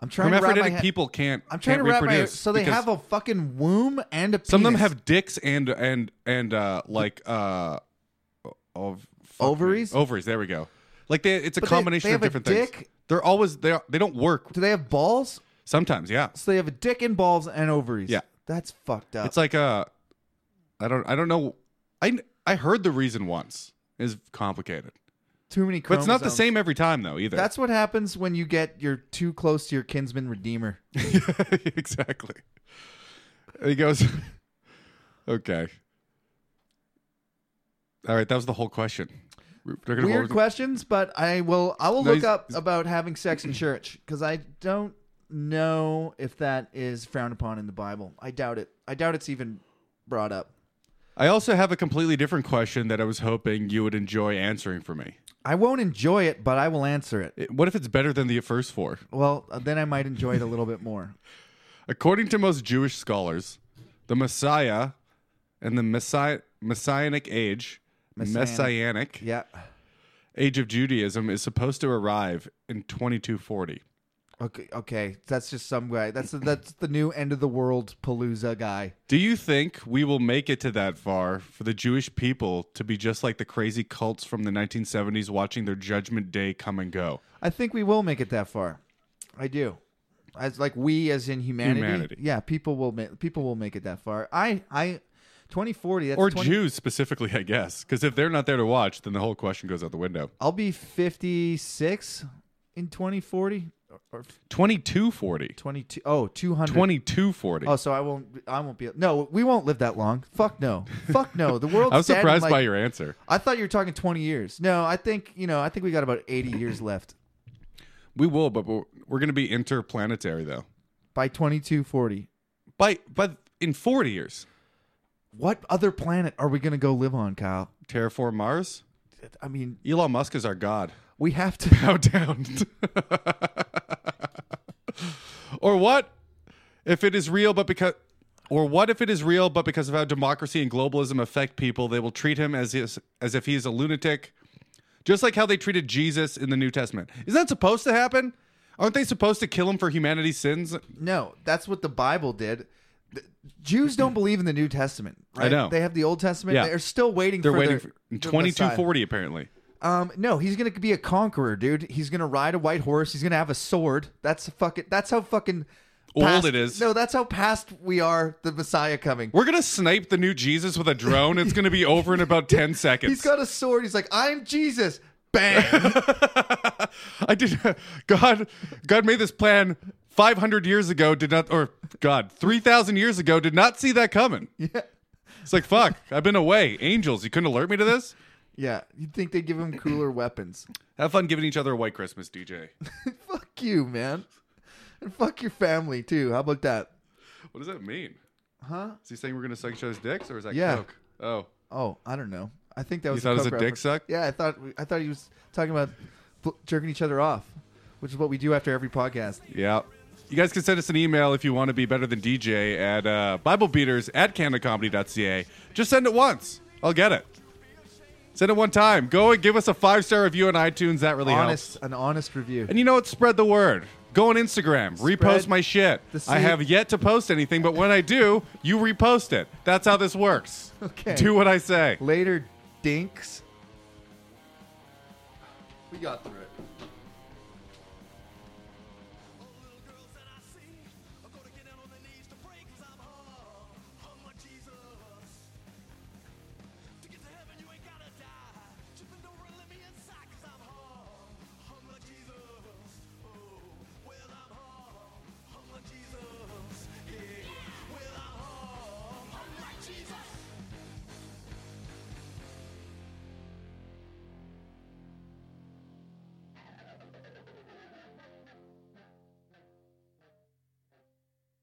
I'm trying to wrap my Hermaphroditic head. people can't. I'm trying to can't wrap my reproduce so they because- have a fucking womb and a penis. Some of them have dicks and and and uh like uh of fuck me. Ovaries? Ovaries. There we go. Like they, it's a But they- combination they of have a different things. dick? They're always they are, they don't work Do they have balls? sometimes. Yeah, So they have a dick and balls and ovaries. Yeah. that's fucked up. it's like uh, I don't I don't know. I I heard the reason once is complicated, too many. but it's not the chromosomes. same every time though either. That's what happens when you get you're too close to your kinsman redeemer. exactly. He goes, okay. All right, that was the whole question. We're gonna go over Weird the- questions, but I will I will No, look he's- up about having sex in church because I don't know if that is frowned upon in the Bible. I doubt it. I doubt it's even brought up. I also have a completely different question that I was hoping you would enjoy answering for me. I won't enjoy it, but I will answer it. It- What if it's better than the first four? Well, uh, then I might enjoy it a little bit more. According to most Jewish scholars, the Messiah and the Messi- Messianic age, Messianic. Messianic. Yeah. age of Judaism is supposed to arrive in 2240. Okay, okay, that's just some guy. That's that's the new end of the world palooza guy. Do you think we will make it to that far for the Jewish people to be just like the crazy cults from the 1970s watching their judgment day come and go? I think we will make it that far. I do. As like we, as in humanity. Humanity. Yeah, people will make people will make it that far. I I, twenty forty. That's Or 20 Jews specifically, I guess. Because if they're not there to watch, then the whole question goes out the window. I'll be fifty six in twenty forty or, or 2240. twenty two. Oh, 200. 2240. Oh, so I won't. I won't be. No, we won't live that long. Fuck no. Fuck no. The world's I was dead in, surprised like- by your answer. I thought you were talking twenty years. No, I think you know. I think we got about eighty years left. We will, but we're, we're going to be interplanetary though. by 2240. By but in 40 years, What other planet are we going to go live on, Kyle? terraform Mars. I mean, Elon Musk is our god. we have to. How down? or what if it is real, but because. Or what if it is real, but because of how democracy and globalism affect people, they will treat him as is, as if he is a lunatic, just like how they treated Jesus in the New Testament. Isn't that supposed to happen? Aren't they supposed to kill him for humanity's sins? No, that's what the Bible did. The- Jews don't believe in the New Testament. Right? I know. They have the Old Testament. Yeah. They're still waiting They're for waiting their, for the Messiah. 2240 apparently. Um, no, he's going to be a conqueror, dude. He's going to ride a white horse. He's going to have a sword. That's fucking. That's how fucking. Old past- it is. No, that's how past we are the Messiah coming. We're gonna snipe the new Jesus with a drone. It's gonna be over in about ten seconds. He's got a sword. He's like, I'm Jesus. Bang. I did. God, God made this plan five hundred years ago. Did not, or God, three thousand years ago, did not see that coming. yeah. It's like fuck. I've been away. Angels, you couldn't alert me to this. Yeah. You'd think they'd give him cooler weapons. Have fun giving each other a white Christmas, DJ. Fuck you, man. And fuck your family too. How about that? What does that mean? Huh? Is he saying we're gonna suck each other's dicks, or is that Yeah. coke? Oh, Oh, I don't know. I think that you was. thought it was a cover dick effort. suck? Yeah, I thought I thought he was talking about fl- jerking each other off, which is what we do after every podcast. Yeah. You guys can send us an email if you want to be better than DJ at uh, BibleBeaters at CanadaComedy.ca. Just send it once. I'll get it. Send it one time. Go and give us a five star review on iTunes. That really honest, helps. an honest review. And you know what? Spread the word. Go on Instagram. repost my shit. the seed. I have yet to post anything, but when I do, you repost it. That's how this works. Okay. Do what I say. Later, dinks. We got through it.